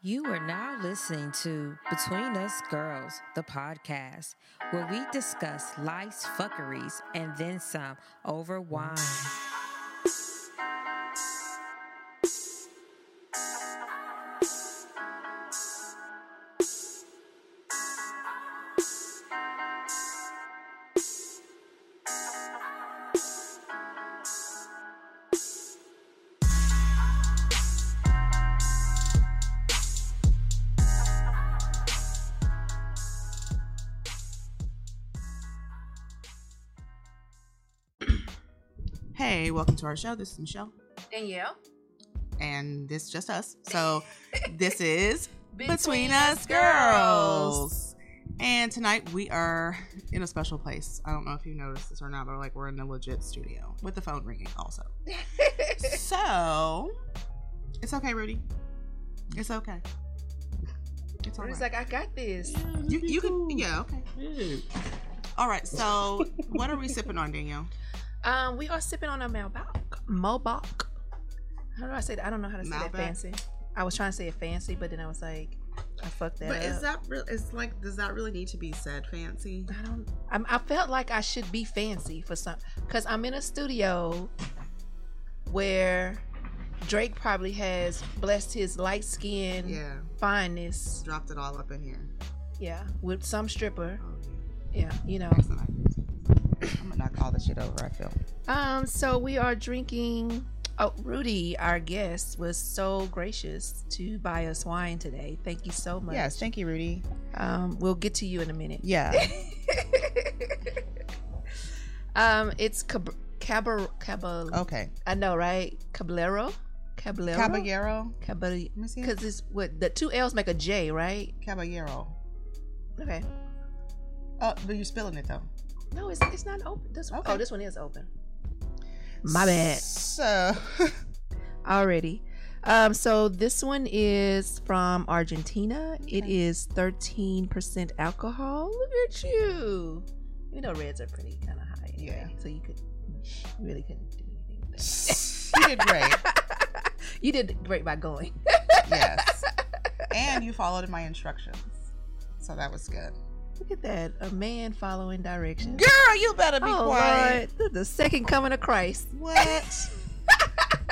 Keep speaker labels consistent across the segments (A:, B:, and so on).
A: You are now listening to Between Us Girls, the podcast, where we discuss life's fuckeries and then some over wine.
B: Hey, welcome to our show. This is Michelle,
C: Danielle.
B: and this is just us. So, this is
C: Between,
B: Between Us Girls. And tonight we are in a special place. I don't know if you noticed this or not, but like we're in a legit studio with the phone ringing also. so, it's okay, Rudy. It's okay. It's all
C: Rudy's
B: right.
C: like, I got this.
B: you, you can, yeah, okay. All right, so what are we sipping on, Danielle?
C: Um, we are sipping on a Malbec. Malbec. How do I say that? I don't know how to say
B: Malbec.
C: that fancy. I was trying to say it fancy, but then I was like, I fucked that
B: But
C: up.
B: is that real? It's like, does that really need to be said fancy?
C: I don't. I'm, I felt like I should be fancy for some, cause I'm in a studio where Drake probably has blessed his light skin
B: Yeah,
C: fineness.
B: dropped it all up in here.
C: Yeah, with some stripper.
B: Oh, yeah.
C: Yeah, you know.
B: That's not good. I'm gonna knock all this shit over. I feel.
C: Um, so we are drinking. Oh, Rudy, our guest, was so gracious to buy us wine today. Thank you so much.
B: Yes, thank you, Rudy.
C: Um, we'll get to you in a minute.
B: Yeah,
C: um, it's cab- cabar cabal.
B: okay.
C: I know, right? Caballero, Caballero,
B: Caballero.
C: Caballero.
B: Let me see.
C: Because it's what the two L's make a J, right?
B: Caballero.
C: Okay.
B: Oh, but you're spilling it though.
C: No, it's it's not open. This,
B: Okay.
C: Oh, this one is open. My bad.
B: So,
C: already. Um, so this one is from Argentina. It
B: Okay.
C: is 13% alcohol. Look at you. You know, reds are pretty kind of high. Anyway,
B: Yeah.
C: So you could, you really couldn't do anything. with that.
B: you did great.
C: you did great by going.
B: Yes, and you followed my instructions, so that was good.
C: Look at that. A man following directions.
B: Girl, you better
C: oh, Lord. The the second coming of Christ.
B: What?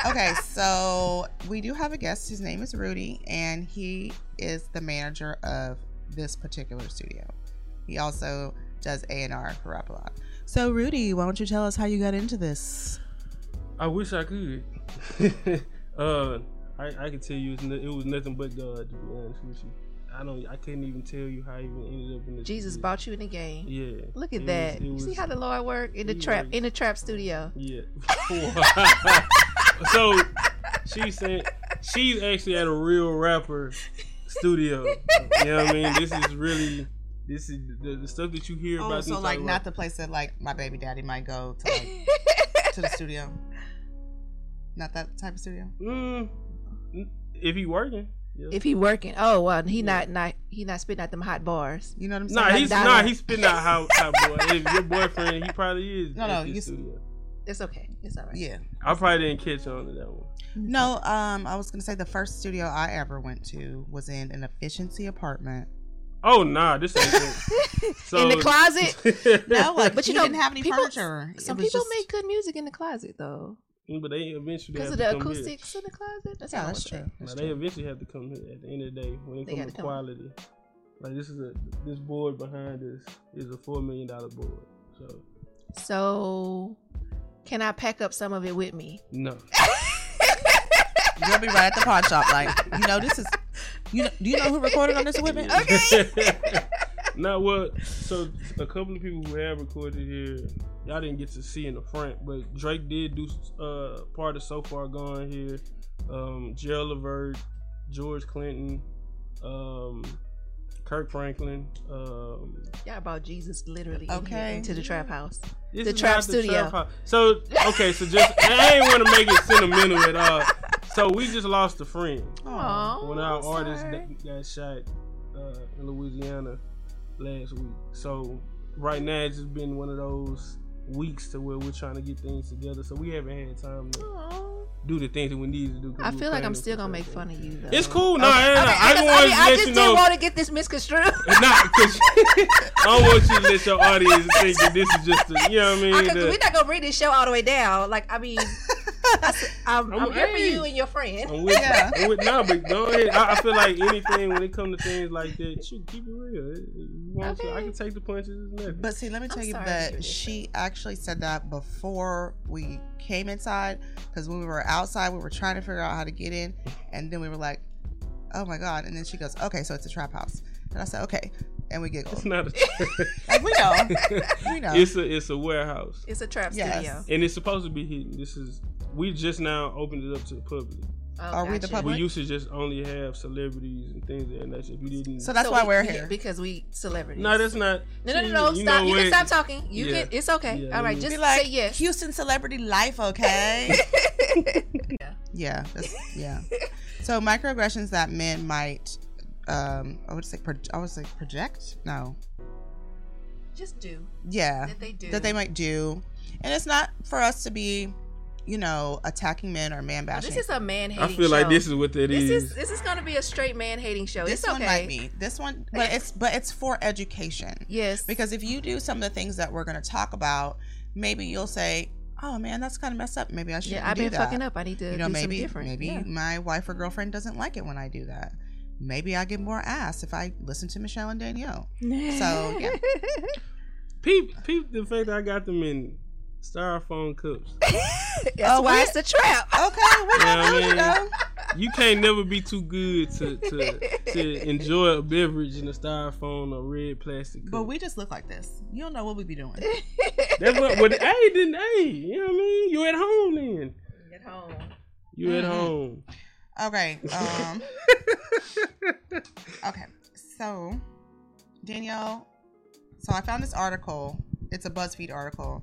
B: okay, so we do have a guest. His name is Rudy, and he is the manager of this particular studio. He also does A and R for Rapalot. So, Rudy, why don't you tell us how you got into this?
D: I wish I could. uh, I, I could tell you it's no, it was nothing but God. To be honest with you, I don't. I couldn't even tell you how I even ended up in this.
C: Jesus
D: shit.
C: bought you in the game.
D: Yeah.
C: Look at
D: It
C: that.
D: was- it
C: you see
D: was-
C: how the Lord worked in the
D: he
C: trap
D: was-
C: in the trap studio.
D: Yeah. so she said she's actually at a real rapper studio. You know what I mean? This is really this is the, the stuff that you hear
B: Oh,
D: about.
B: so
D: these
B: like
D: type
B: not
D: of-
B: the place that like my baby daddy might go to like, to the studio. Not that type of studio.
D: Mm, if he working. Yeah.
C: If he working, oh well, he
D: Yeah.
C: not not he not spitting out them hot bars.
B: You know what I'm saying?
D: Nah,
B: Like,
D: he's
B: that-
D: nah, he's spitting out how, how boy. If your boyfriend, he probably is.
B: No,
D: at
B: no,
D: this
B: you s-
D: studio.
C: It's okay. It's all right.
B: yeah.
D: I probably didn't catch on to that one.
B: No, um, I was gonna say the first studio I ever went to was in an efficiency apartment.
D: Oh nah, this ain't it. So,
C: in the closet.
B: No, like,
C: But
B: but
C: you
B: you
C: know,
B: didn't have any
C: people-
B: furniture. It
C: Some
B: was
C: people
B: just-
C: make good music in the closet though,
D: but they eventually
C: because
D: have
C: of
D: to
C: the
D: come here.
C: acoustics in the closet. That's
B: Yeah,
C: all
B: that's
C: I'm saying.
B: true.
D: Nah,
B: That's
D: they
B: true.
D: eventually have to come here at the end of the day when it
C: They
D: comes
C: gotta
D: to
C: come.
D: quality. Like this is a this board behind us is a four million dollar board. So
C: So, can I pack up some of it with me?
D: no.
B: You'll be right at the pawn shop, like you know, this is. You know, do you know who recorded on this equipment?
D: Now what? So a couple of people who have recorded here, y'all didn't get to see in the front, but Drake did do uh part of So Far Gone here. Um, Gerald Levert, George Clinton, um, Kirk Franklin. Um,
C: Y'all brought Jesus literally
B: Okay.
C: okay. into the trap house.
D: this
C: The
D: is
C: Trap
D: not
C: Studio.
D: house. so okay, so just I ain't want to make it sentimental at all. So we just lost a friend.
B: Aw.
C: Oh,
D: when our
C: I'm
D: artist
C: sorry.
D: got, got shot uh, in Louisiana last week. So right now it's just been one of those weeks to where we're trying to get things together. So we haven't had time to
C: Aw.
D: do the things that we need to do. 'cause
C: I
D: we
C: feel like
D: planning
C: I'm still
D: for
C: gonna
D: that
C: make
D: thing.
C: fun of you though.
D: It's cool. Nah, nah, nah,
C: I, mean,
D: I,
C: I just,
D: just wanted
C: I, mean, I
D: to let
C: just
D: you
C: didn't
D: know.
C: want to get this misconstrued.
D: Not because I don't want you to let your audience think that this is just a, you know what I mean.
C: I could,
D: that-
C: we're not gonna bring this show all the way down. Like, I mean, I, am
D: I'm
C: I'm here for
D: hey.
C: you and your friend.
D: I'm with,
B: Yeah.
D: I'm with nah, but go ahead. I, I feel like anything when it comes to things like that, shoot, keep it real. It- it- you want to- I can take the punches. It's nothing.
B: But see, let me tell
C: I'm
B: you
C: sorry to hear
B: that
C: this.
B: she actually said that before we came inside, because when we were outside, we were trying to figure out how to get in, and then we were like, "Oh my god!" And then she goes, "Okay, so it's a trap house," and I said, "Okay," and we giggled.
D: it's not a.
B: Like, we know, we know.
D: It's a it's a warehouse,
C: It's a trap
B: Yes.
C: studio.
D: and it's supposed to be hidden. This is we just now opened it up to the public.
C: Oh,
B: Are we the
C: gotcha.
B: public?
D: We used to just only have celebrities and things of that nature. If you didn't,
B: So that's
C: So
B: why
C: we-
B: we're
C: yeah,
B: here.
C: because we celebrities.
D: no, that's not.
C: no, no, no, no.
D: You
C: stop.
D: know
C: You can stop
D: what?
C: talking. You
D: Yeah.
C: can. It's okay.
D: Yeah,
C: All right,
D: we-
C: just
B: Be like,
C: say yes.
B: Houston celebrity life, okay? yeah, that's, yeah. So microaggressions that men might, um, I would say, pro- I would say project. No,
C: just do
B: yeah.
C: that. They do
B: that they might do. And it's not for us to be, you know, attacking men or man
C: Oh,
B: bashing.
C: This is a man hating.
D: I feel like this is what that
C: This
D: is.
C: is this is gonna be a straight man hating show.
B: This
C: it's
B: one
C: okay.
B: might be. This one but it's but it's for education.
C: Yes.
B: Because if you do some of the things that we're gonna talk about, maybe you'll say, Oh man, that's kinda messed up. Maybe I should
C: yeah, I've
B: do
C: been
B: that.
C: fucking up. I need to
B: You know,
C: do
B: maybe
C: something different.
B: maybe
C: Yeah.
B: my wife or girlfriend doesn't like it when I do that. Maybe I get more ass if I listen to Michelle and Danielle. So, yeah.
D: peep, peep the fact that I got them in styrofoam cups.
C: That's
B: Oh,
C: why
B: we- Oh.
C: it's the trap.
B: Okay, we
D: Yeah, I
B: got you
D: mean-
B: know.
D: You can't never be too good to, to to enjoy a beverage in a styrofoam or red plastic cup.
B: But we just look like this. You don't know what we be doing.
D: That's what. But hey, then hey, you know what I mean. You at home then.
C: At home.
D: You at
C: Mm-hmm.
B: Mhm.
D: home.
B: Okay. Um, okay. So, Danielle, so I found this article. It's a BuzzFeed article.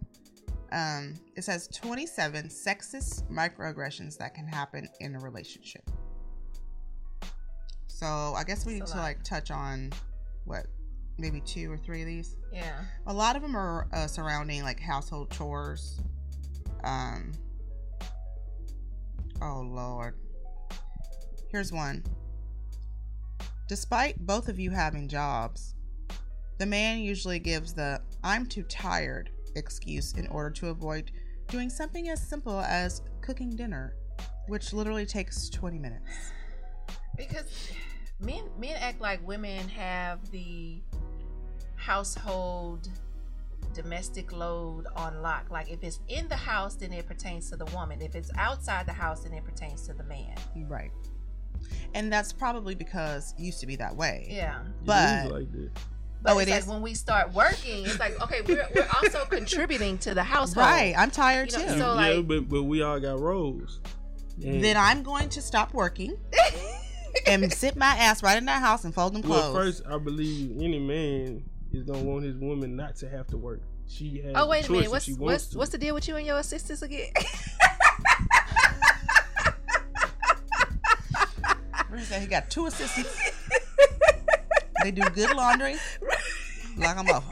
B: Um, it says 27 sexist microaggressions that can happen in a relationship. So, I guess we need
C: That's a
B: to
C: lot.
B: like touch on what maybe two or three of these.
C: Yeah.
B: A lot of them are uh, surrounding like household chores. Um. Oh Lord. Here's one. Despite both of you having jobs, the man usually gives the "I'm too tired" excuse in order to avoid doing something as simple as cooking dinner, which literally takes 20 minutes.
C: because men men act like women have the household domestic load on lock like if it's in the house then it pertains to the woman if it's outside the house then it pertains to the man
B: Right. And that's probably because it used to be that way.
C: yeah
D: It
B: But-
D: is like that.
C: but
B: Oh,
C: it's
B: it
C: like
B: is?
C: when we start working it's like okay we're, we're also contributing to the household
B: Right. I'm tired
C: You know,
B: too.
C: so-
D: yeah,
C: like-
D: but but we all got roles. And-
B: then I'm going to stop working and sit my ass right in that house and fold them
D: well,
B: clothes.
D: first I believe any man is gonna want his woman not to have to work. She has.
C: oh wait
D: the
C: a
D: choice
C: minute
D: if
C: what's
D: she wants
C: what's
D: to.
C: what's the deal with you and your assistants again
B: He said he got two assistants. they do good laundry. Like I'm off.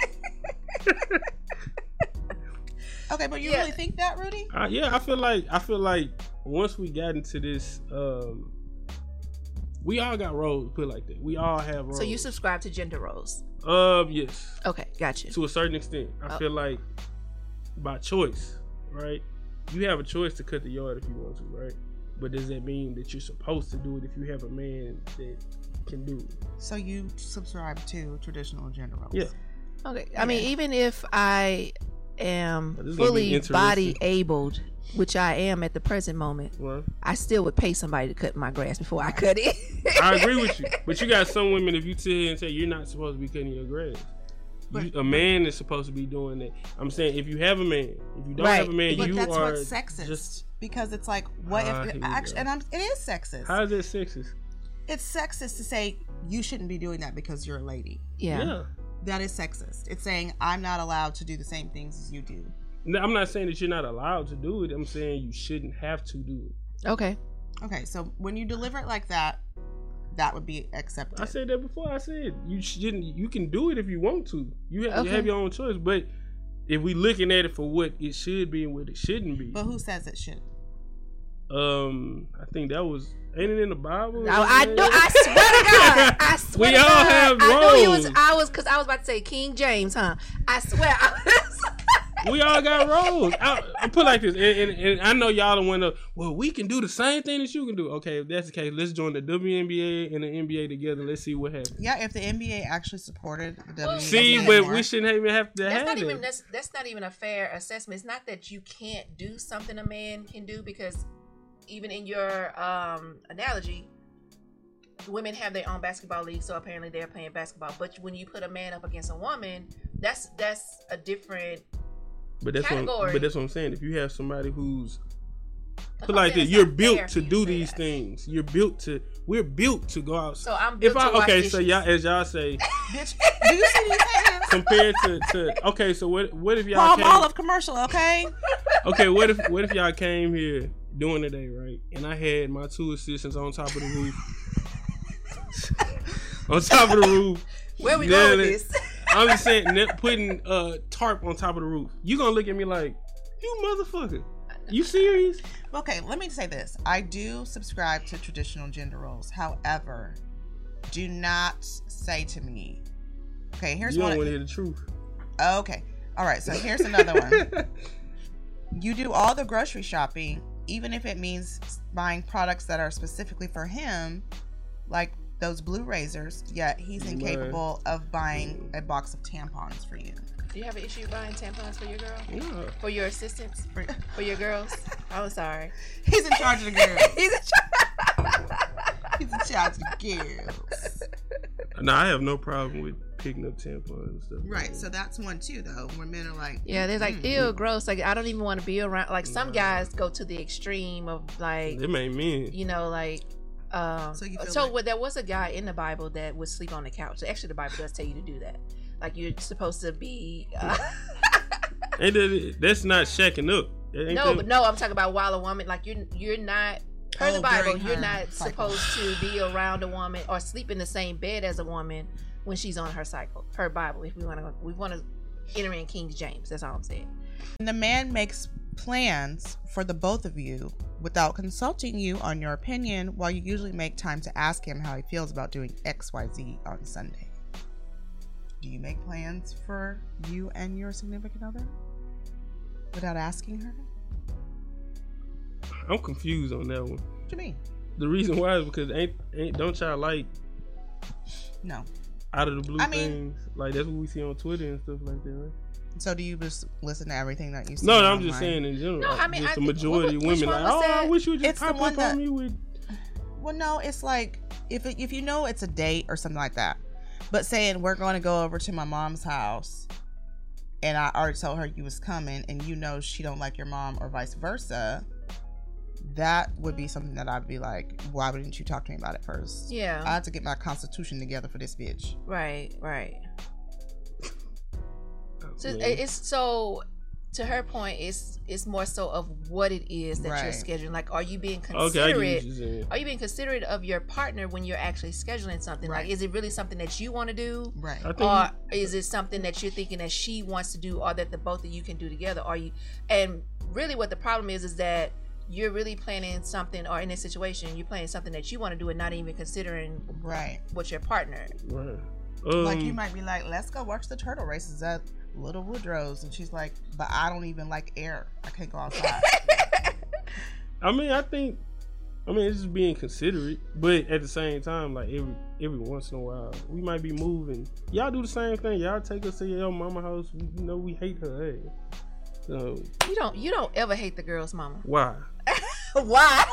B: Okay, but you
C: Yeah.
B: really think that, Rudy?
D: I, yeah, I feel like I feel like once we got into this, um, we all got roles. Put it like that, we all have roles.
C: so you subscribe to gender roles
D: Um, yes,
C: okay gotcha
D: to a certain extent, I
C: Oh.
D: feel like by choice, right? You have a choice to cut the yard if you want to, right? But does that mean that you're supposed to do it if you have a man that can do it?
B: So you subscribe to traditional gender roles.
D: Yeah.
C: Okay. I mean,
B: Yeah.
C: even if I am
D: This is gonna be
C: fully
D: interesting.
C: body abled, which I am at the present moment,
D: Well,
C: I still would pay somebody to cut my grass before I cut it.
D: I agree with you, but you got some women. If you sit here and say you're not supposed to be cutting your grass, you, a man is supposed to be doing that. I'm saying if you have a man, if you don't
C: Right.
D: have a man,
B: But
D: you
B: that's
D: are
B: what's sexist.
D: just-
B: because it's like, what
D: Ah, here
B: if
D: we
B: actually?
D: go.
B: And I'm, it is sexist.
D: How is that sexist?
B: it's sexist to say you shouldn't be doing that because you're a lady.
C: yeah.
B: That is sexist. It's saying I'm not allowed to do the same things as you do.
D: No, I'm not saying that you're not allowed to do it. I'm saying you shouldn't have to do it.
C: Okay.
B: Okay, so when you deliver it like that, that would be
D: I
B: accepted.
D: said that before. I said you shouldn't. You can do it if you want to. You have, you
C: Okay.
D: have your own choice. But if we looking at it for what it should be and what it shouldn't be,
B: but who says it should?
D: Um, I think that was ain't it in the Bible?
C: I, I do. I swear to God. I swear
D: We
C: to
D: all
C: God.
D: have
C: I knew you was.
D: roles.
C: I was because I was about to say King James, huh? I swear. I was,
D: we all got roles. I, I put it like this, and, and, and I know y'all done went up. Well, we can do the same thing that you can do. Okay, if that's the case, let's join the WNBA and the NBA together. Let's see what happens.
B: Yeah, if the NBA actually supported the
C: Well,
B: WWE,
D: See,
C: not
D: but
B: anymore.
D: we shouldn't even have to
C: that's
D: have
C: not even.
D: it.
C: That's, that's not even a fair assessment. It's not that you can't do something a man can do because even in your um analogy. Women have their own basketball league, so apparently they're playing basketball. But when you put a man up against a woman, that's that's a different.
D: But that's what,
C: category.
D: but that's what I'm saying. If you have somebody who's
C: that's what
D: put it
C: I'm
D: like
C: saying,
D: this,
C: it's
D: you're
C: not fair
D: built
C: for
D: to
C: you
D: do
C: say
D: these
C: that.
D: things. You're built to. We're built to go out.
C: So I'm
D: if
C: built
D: I
C: to wash
D: okay, so
C: dishes.
D: y'all as y'all say
B: Bitch, do you see these hands?
D: compared to, to okay, so what what if y'all
B: Palm
D: came,
B: Olive commercial, okay?
D: okay, what if what if y'all came here doing today, right? And I had my two assistants on top of the roof. on top of the roof.
C: Where we
D: Yeah,
C: going
D: that-
C: with this?
D: I'm just saying ne- putting uh tarp on top of the roof. You gonna look at me like, you motherfucker. You serious?
B: Okay, let me say this. I do subscribe to traditional gender roles. However, do not say to me, okay, here's
D: you don't
B: one.
D: want to hear the truth.
B: okay. All right, so here's another one. You do all the grocery shopping, even if it means buying products that are specifically for him, like those blue razors, yet he's
D: Right.
B: incapable of buying a box of tampons for you.
C: Do you have an issue buying tampons for your girl?
D: yeah.
C: For your assistants? For, for your girls? I'm sorry.
B: He's in charge of the girls.
C: He's a child.
B: He's in charge of the girls.
D: No, I have no problem with picking up tampons and stuff.
B: Right, so that's one too, though, where men are like, mm-hmm.
C: Yeah, they're like, ew, gross. Like, I don't even want to be around. Like, some
D: No.
C: guys go to the extreme of, like,
D: It made men.
C: you know, like, um,
B: So
C: so,
B: you feel like-
C: well, there was a guy in the Bible that would sleep on the couch. Actually, the Bible does tell you to do that. Like, you're supposed to be. Uh,
D: Ain't that, that's not shacking up. That ain't
C: no,
D: that-
C: but no, I'm talking about while a woman, like, you're, you're not. Per
B: Oh,
C: the Bible,
B: during
C: you're
B: her
C: not
B: cycle.
C: supposed to be around a woman or sleep in the same bed as a woman when she's on her cycle. Per Bible, if we want to, we want to enter in King James. That's all I'm saying.
B: And the man makes plans for the both of you without consulting you on your opinion while you usually make time to ask him how he feels about doing XYZ on Sunday. Do you make plans for you and your significant other without asking her?
D: I'm confused on that one.
B: What do you mean?
D: The reason why is because ain't ain't don't y'all like
B: No.
D: out of the blue
B: I mean-
D: things like that's what we see on Twitter and stuff like that. Right?
B: So do you just listen to everything that you see?
D: No, no, I'm just
B: online?
D: saying in general.
C: No,
D: like,
C: I mean,
D: just
C: I
D: the
C: think-
D: majority
C: what-
D: of
C: which
D: women
C: one
D: like,
C: was
D: oh, I
C: that?
D: wish you would just
B: It's the
D: pop
B: one
D: up
B: that-
D: on me with.
B: Well, no, it's like if it, if you know it's a date or something like that, but saying we're going to go over to my mom's house, and I already told her you was coming, and you know she don't like your mom or vice versa, that would be something that I'd be like, why wouldn't you talk to me about it first?
C: Yeah.
B: I have to get my constitution together for this bitch.
C: Right, right. So
D: Man,
C: it- it's so to her point, it's it's more so of what it is that you're
B: Right.
C: scheduling. Like, are you being
D: okay, I get
C: considerate?
D: what you're saying.
C: Are you being considerate of your partner when you're actually scheduling something?
B: Right.
C: Like, is it really something that you want to do?
B: Right.
D: I think
C: Or is it something that you're thinking that she wants to do or that the both of you can do together? Are you and really what the problem is is that you're really planning something or in this situation, you're planning something that you want to do and not even considering
B: Right.
C: what your partner.
D: right. Um,
B: like you might be like, let's go watch the turtle races at Little Woodrow's, and she's like, but I don't even like air. I can't go outside.
D: I mean, I think, I mean, it's just being considerate, but at the same time, like every every once in a while, we might be moving. Y'all do the same thing. Y'all take us to your mama house. We, you know, we hate her. Hey. So
C: You don't you don't ever hate the girl's mama.
D: why?
C: Why?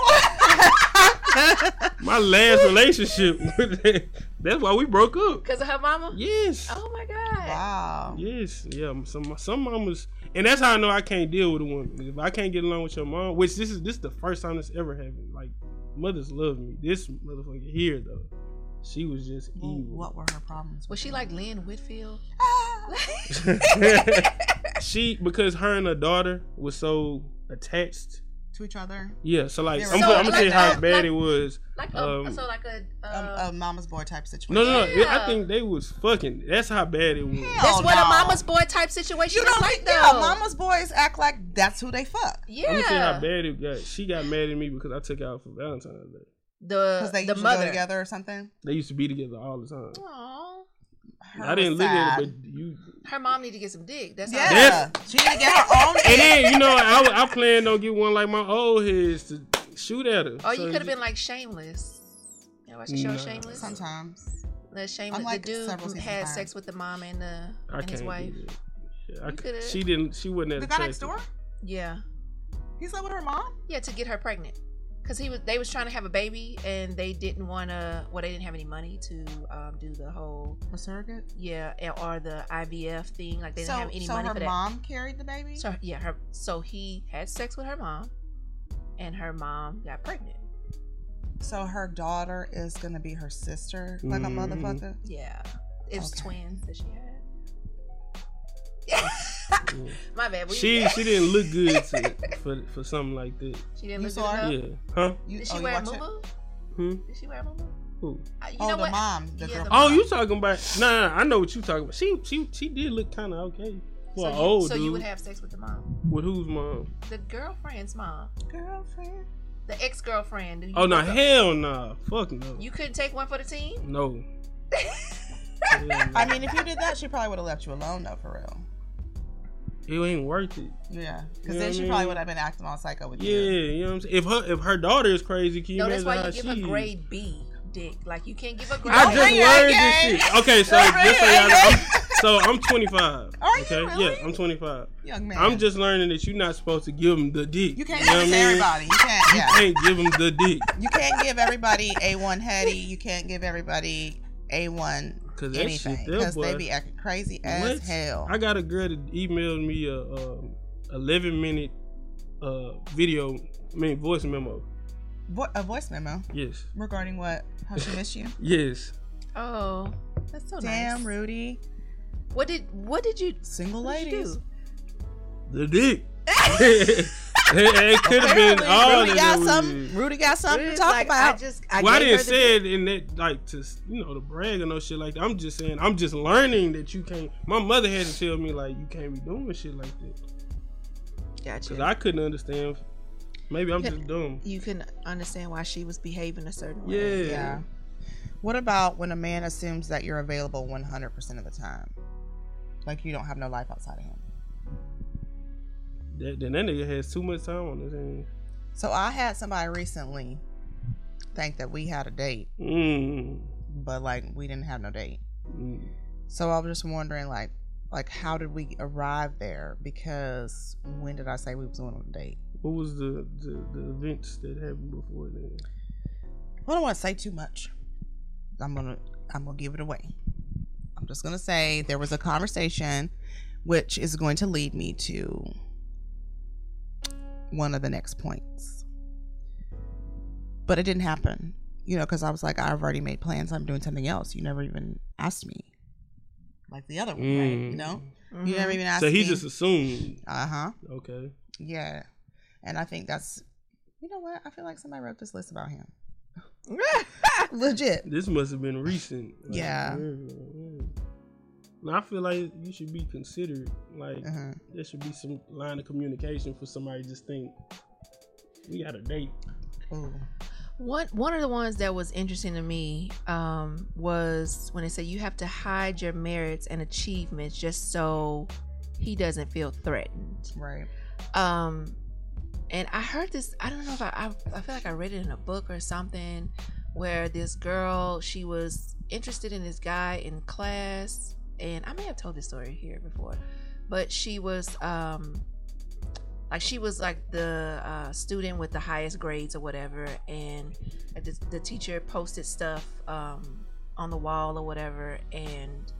D: My last relationship. with that- that's why we broke up.
C: Because of her mama?
D: Yes.
C: Oh my god.
B: wow.
D: Yes, yeah. Some some mamas, and that's how I know I can't deal with a woman. If I can't get along with your mom, which this is this is the first time this ever happened. Like mothers love me. This motherfucker here though, she was just
B: Well,
D: evil.
B: What were her problems?
C: Was she like Lynn Whitfield?
D: she because her and her daughter was so attached
B: to each other.
D: Yeah, so like
B: So,
D: I'm, gonna- I'm gonna
C: like,
D: tell you how
C: uh,
D: bad
C: like-
D: it was.
C: Like a,
D: Um,
C: so like a uh,
B: A, a mama's boy type situation.
D: No, no, no. it- I
C: Yeah.
D: think they was fucking. That's how bad it was.
B: Yeah.
C: that's
B: Hell
C: what
B: oh, no.
C: a mama's boy type situation
B: You
C: is
B: don't
C: like
B: like
C: though.
B: that. Mama's boys act like that's who they fuck.
D: I'm gonna tell you how
C: yeah.
D: bad it got. She got mad at me because I took her out for Valentine's Day.
C: The
B: Because they
C: Uh, the
B: usually go
C: mother.
B: together or something.
D: They used to be together all the time.
C: Aw.
D: I didn't
B: look
D: look at it, but you.
C: Her mom need to get some dick. That's all.
B: Yeah. She need to get her own
D: And then you know, I, wa- I planned on get one like my old heads to shoot at her.
C: Or Oh, you
D: So
C: could have been like Shameless. You know, watch the show
D: Nah.
C: Shameless.
B: Sometimes.
C: The Shameless.
B: I'm like several
C: the dude
B: seasons
C: had
B: behind.
C: sex with the mom and the
D: I
C: and
D: can't.
C: his wife.
D: do that. Yeah, I
C: You
D: c-
C: coulda-
D: she didn't. She wasn't that
B: The guy next
D: attractive.
B: door?
C: Yeah,
B: He's like with her mom?
C: yeah, to get her pregnant. Cause he was, they was trying to have a baby, and they didn't want to. Well, they didn't have any money to um, do the whole
B: A surrogate?
C: yeah or the IVF thing. Like they didn't
B: so
C: have any
B: so
C: money
B: her
C: for that.
B: mom carried the baby?
C: So yeah, her so he had sex with her mom, and her mom got pregnant.
B: So her daughter is going to be her sister? Like
D: Mhm.
B: a motherfucker?
C: Yeah, it was
B: Okay.
C: twins that she had. Yeah,
D: Yeah.
C: my bad. We,
D: She she didn't look good to, for for something like that.
C: She didn't
B: You
C: look
B: saw
C: good
B: her?
C: enough.
D: Yeah. Huh?
B: You,
C: Did she
B: oh, you
C: wear a
B: watch it?
C: muumuu?
D: Hmm?
C: Did she wear a muumuu?
D: Who?
C: Uh, you
B: Oh,
C: know
B: the
C: what?
B: mom. The
C: Yeah,
B: girl.
C: the
D: Oh,
C: mom.
D: you talking about? Nah, I know what you talking about. She she she did look kind of okay
C: So,
D: for an
C: you,
D: old
C: so
D: oh, dude.
C: you would have sex with the mom,
D: With whose mom?
C: the girlfriend's mom,
B: Girlfriend.
C: the ex-girlfriend. Do you
D: Oh no,
C: look up-
D: hell nah, fuck no,
C: You couldn't take one for the team.
D: no. Hell no.
B: I mean, if you did that, she probably would have left you alone, though, for real.
D: it ain't worth it.
B: Yeah.
D: You
B: Because
D: know
B: then
D: what
B: she
D: I
B: probably
D: mean?
B: would have been acting all psycho with
D: Yeah,
B: you.
D: you know what I'm saying. If her if her daughter is crazy, can you
C: No, that's
D: imagine
C: why
D: how
C: you give
D: she
C: a
D: is?
C: grade B, dick. Like you can't give a grade.
D: I
B: Don't
D: just
B: bring it
D: learned
B: up,
D: this
B: gang.
D: shit. Okay, so
B: Don't bring
D: just so
B: it
D: y'all
B: up,
D: know, I'm,
B: gang.
D: so I'm 25.
B: Are you
D: okay,
B: really?
D: yeah, I'm 25.
B: Young man.
D: I'm just learning that you're not supposed to give them the dick.
B: You can't
D: know
B: give it
D: what
B: to
D: I mean?
B: everybody. You can't.
D: You
B: Yeah.
D: can't give them the dick
B: You can't give everybody a one Hetty. You can't give everybody a one
D: because that
B: anything
D: shit there,
B: because
D: boy.
B: they be acting crazy as
D: What?
B: hell.
D: I got a girl that emailed me a um, 11 minute uh, video, I mean voice memo.
B: Vo- a voice memo
D: Yes,
B: regarding what how she missed you.
D: yes.
C: Oh, that's so
B: Damn,
C: nice.
B: Rudy,
C: What did what did you?
B: single
C: What did you
B: ladies.
C: do?
D: The dick. it could have been
B: Apparently,
D: all
B: Rudy
D: that
B: got
D: it was.
B: some. Rudy got something to
C: It's
B: talk
C: like,
B: about.
C: I just I
D: Well, I
C: gave her
D: didn't
C: the-
D: say it in that like to you know to brag or no shit like that. I'm just saying I'm just learning that you can't. My mother had to tell me like you can't be doing shit like that because
C: Gotcha.
D: I couldn't understand. Maybe I'm just dumb.
C: you can understand why she was behaving a certain
D: Yeah.
C: way.
B: yeah. What about when a man assumes that you're available 100 percent of the time, like you don't have no life outside of him?
D: That, then that nigga has too much time on his hands.
B: So I had somebody recently think that we had a date,
D: Mm.
B: but like we didn't have no date.
D: Mm.
B: So I was just wondering, like, like how did we arrive there? Because when did I say we was going on a date?
D: What was the, the the events that happened before then?
B: I don't want to say too much. I'm gonna, I'm gonna give it away. I'm just gonna say there was a conversation, which is going to lead me to one of the next points. But it didn't happen, you know, because I was like, I've already made plans. I'm doing something else. You never even asked me, like the other one, right? You know, you
C: Mm-hmm.
B: never even asked.
D: Mm. Mm-hmm. So he
B: me.
D: just assumed.
B: uh huh.
D: Okay.
B: Yeah. And I think that's you know what? I feel like somebody wrote this list about him. Legit.
D: This must have been recent. Like,
B: Yeah.
D: Now, I feel like you should be considered. Like
B: Uh-huh.
D: there should be some line of communication for somebody to just think we got a date.
B: Ooh.
C: One one of the ones that was interesting to me um, was when they said you have to hide your merits and achievements just so he doesn't feel threatened.
B: Right.
C: Um, and I heard this. I don't know if I, I I feel like I read it in a book or something where this girl she was interested in this guy in class, and I may have told this story here before, but she was um like she was like the uh, student with the highest grades or whatever, and like, the, the teacher posted stuff um, on the wall or whatever, and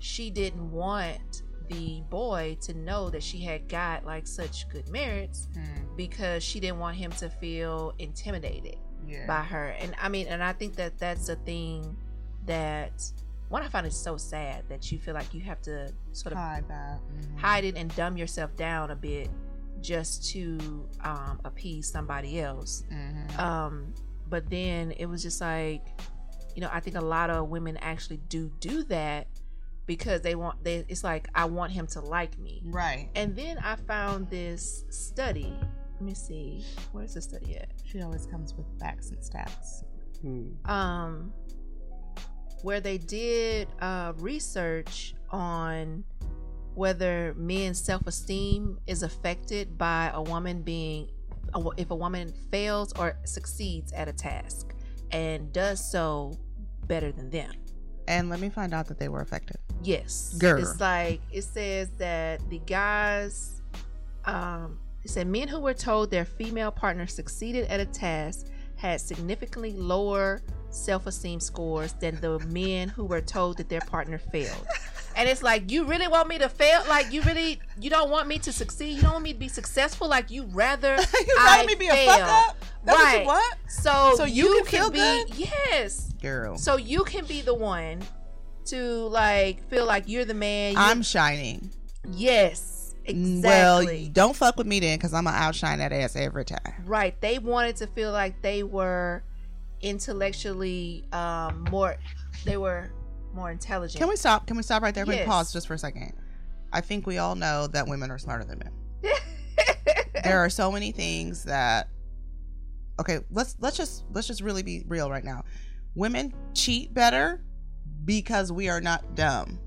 C: she didn't want the boy to know that she had got like such good merits
B: Mm-hmm.
C: because she didn't want him to feel intimidated
B: Yeah.
C: by her. And I mean, and I think that that's a thing that one I find it so sad that you feel like you have to sort of
B: Hide that. Mhm.
C: hide it and dumb yourself down a bit just to um, appease somebody else.
B: hmm
C: Um, but then it was just like, you know, I think a lot of women actually do do that because they want they. It's like I want him to like me.
B: Right.
C: And then I found this study. Let me see, where's the study at?
B: She always comes with facts and stats.
D: Hmm.
C: um, where they did uh, research on whether men's self-esteem is affected by a woman being a wo- if a woman fails or succeeds at a task and does so better than them
B: And let me find out that they were affected.
C: Yes.
B: Grr.
C: It's like it says that the guys um it said men who were told their female partner succeeded at a task had significantly lower self-esteem scores than the men who were told that their partner failed. And it's like you really want me to fail? Like you really you don't want me to succeed? You don't want me to be successful? Like you rather
B: you
C: I
B: rather me be a fuck
C: failed.
B: up? That's what
C: Right.
B: you want?
C: so,
B: So you
C: you,
B: can feel
C: can,
B: good?
C: be yes.
B: Girl.
C: So you can be the one to like feel like you're the man. you
B: I'm shining.
C: Yes,
B: Mm, Well,
C: exactly.
B: don't fuck with me then, because I'm gonna outshine that ass every time.
C: right. They wanted to feel like they were intellectually um, more. They were more intelligent.
B: Can we stop? Can we stop right there? Can we
C: Yes.
B: pause just for a second? I think we all know that women are smarter than men. there are so many things that. Okay, let's let's just let's just really be real right now. Women cheat better because we are not dumb.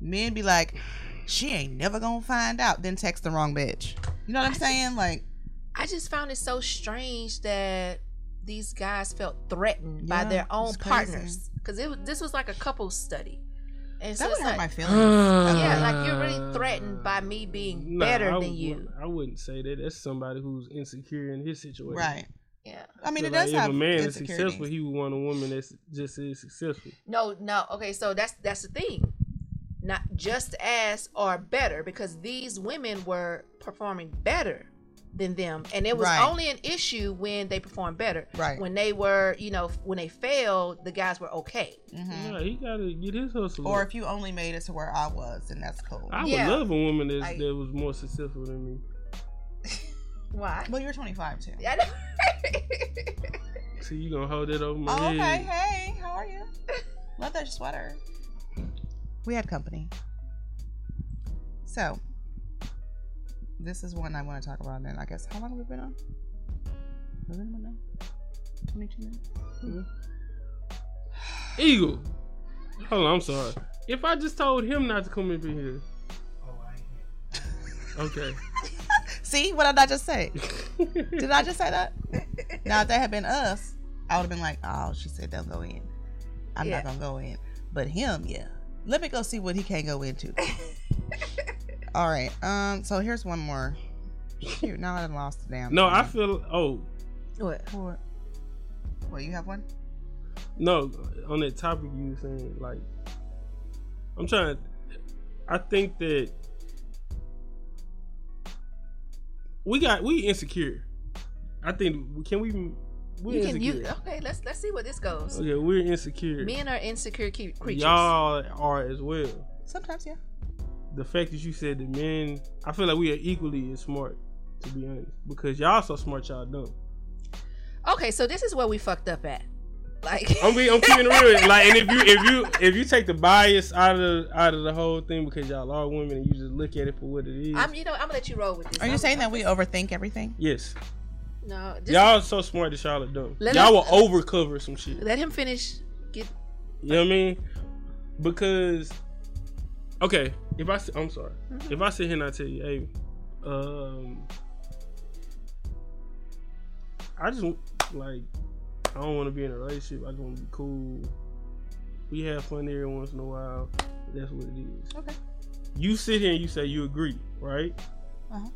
B: Men be like, she ain't never gonna find out. Then text the wrong bitch. You know what I'm saying? Like,
C: I just found it so strange that these guys felt threatened by
B: Yeah,
C: their own
B: it's crazy.
C: partners because it was, this was like a couple study, and so
B: that
C: it's
B: would hurt
C: like,
B: my feelings.
C: yeah, like you're really threatened by me being
D: Uh, Nah,
C: better
D: I
C: than
D: wou-
C: you.
D: I wouldn't say that. That's somebody who's insecure in his situation.
B: Right.
C: Yeah.
B: I mean,
D: So,
B: it
D: like,
B: does
D: if
B: have
D: a man is
B: insecurities.
D: successful, he would want a woman that's just as successful.
C: No, no. Okay, so that's that's the thing. Not just as or better because these women were performing better than them, and it was
B: Right.
C: only an issue when they performed better.
B: Right.
C: When they were, you know, when they failed, the guys were okay.
B: Mhm.
D: Yeah, he gotta get his hustle.
B: Or
D: up.
B: if you only made it to where I was, then that's cool.
D: I
C: Yeah.
D: would love a woman that's,
C: Like-
D: that was more successful than me.
C: Why?
B: well, you're 25 too.
C: I know.
D: See, you gonna hold that over my
B: Oh,
D: head?
B: okay. Hey, how are you? Love that sweater. We had company. So, this is one I want to talk about. Then I guess how long have we been on? Does anyone know? 22 minutes.
D: Eagle. Hold on, I'm sorry. If I just told him not to come up in here. Oh, I Okay.
B: See what did I just say? Did I just say that? now, if that had been us, I would have been like, oh, she said don't go in. I'm
C: Yeah.
B: not going to go in. But him, yeah. Let me go see what he can't go into. All right. Um. So here's one more. Shoot, now I done lost the damn.
D: no,
B: thing.
D: I feel. Oh,
C: what?
B: What? Well, you have one?
D: no. On that topic you were saying, like, I'm trying. I think that we got we insecure. I think can we? We're
C: You can
D: insecure.
C: you okay? Let's let's see where this goes.
B: Oh,
D: okay, we're insecure.
C: Men are insecure cre- creatures.
D: Y'all are as well.
B: Sometimes, yeah.
D: the fact that you said that men, I feel like we are equally as smart, to be honest, because y'all so smart, y'all dumb.
C: Okay, so this is where we fucked up at. Like,
D: I'm being, I'm keeping it real. Like, and if you, if you, if you take the bias out of the, out of the whole thing because y'all are women and you just look at it for what it is.
C: I'm you know I'm gonna let you roll with this.
B: Are you
C: I'm-
B: saying that we overthink everything?
D: yes,
C: No, this
D: y'all so smart that y'all are dumb.
C: Let
D: y'all
C: me-
D: will overcover some shit.
C: Let him finish. Get
D: You know what I mean? Because okay, if I s- I'm sorry,
C: Mm-hmm.
D: if I sit here and I tell you, hey, um, I just w- like I don't want to be in a relationship. I just want to be cool. We have fun every once in a while. That's what it is.
B: Okay.
D: You sit here and you say you agree, right?
B: Uh-huh.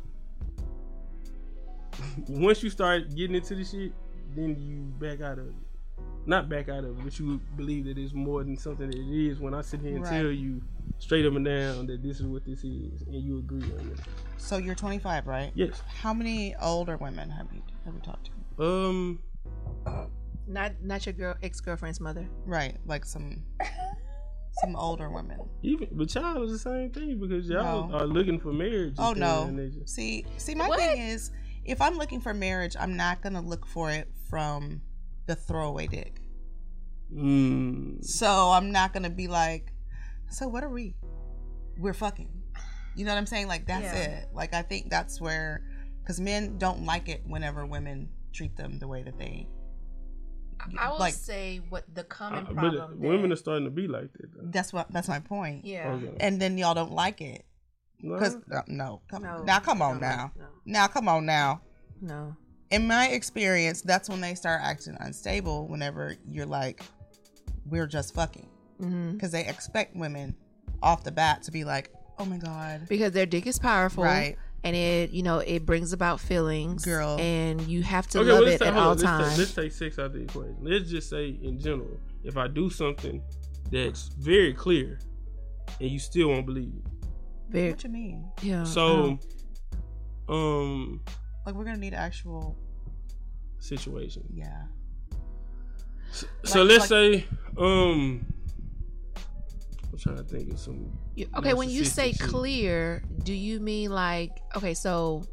D: Once you start getting into the shit, then you back out of it. Not back out of it, but you believe that it's more than something that it is when I sit here and
B: Right.
D: tell you straight up and down that this is what this is and you agree on it.
B: So you're 25, right?
D: Yes.
B: How many older women have you have you talked to?
D: Um
C: not not your girl ex girlfriend's mother.
B: Right, like some some older women.
D: Even but y'all was the same thing because y'all
B: No.
D: are looking for marriage. and
B: Oh
D: things,
B: no.
D: and they just-
B: See, see, my
C: What?
B: thing is, if I'm looking for marriage, I'm not gonna look for it from the throwaway dick.
D: Mm.
B: So I'm not gonna be like, so what are we? We're fucking. You know what I'm saying? Like that's
C: Yeah.
B: it. Like I think that's where, because men don't like it whenever women treat them the way that they.
C: I will
B: like
C: say what the common
D: Uh,
C: problem.
D: but
C: that-
D: women are starting to be like that. Though.
B: that's what that's my point.
C: yeah. Eh,
D: Okay.
B: And then y'all don't like it
D: No?
B: because no, come
C: No,
B: now, come
C: I
B: on
C: don't like-
B: now,
C: no.
B: now come on now.
C: No.
B: in my experience, that's when they start acting unstable whenever you're like, we're just fucking.
C: Mm-hmm.
B: Because they expect women off the bat to be like, oh my God.
C: Because their dick is powerful,
B: Right.
C: And it, you know, it brings about feelings,
B: Girl.
C: and you have to
D: Okay,
C: love
D: well,
C: it
D: let's
C: at
D: ta-
C: all
D: hold on, let's ta-
C: times.
D: Let's, take six out of the equation. Let's just say in general, if I do something that's very clear, and you still won't believe it.
C: Very,
B: What you mean?
C: yeah.
D: So, um,
B: Like, we're going to need actual,
D: situation.
B: yeah.
D: S- so
B: Like-
D: let's say, um, I'm trying to think of some.
C: You- okay, when you say
D: narcissistic shit.
C: clear, do you mean like okay, so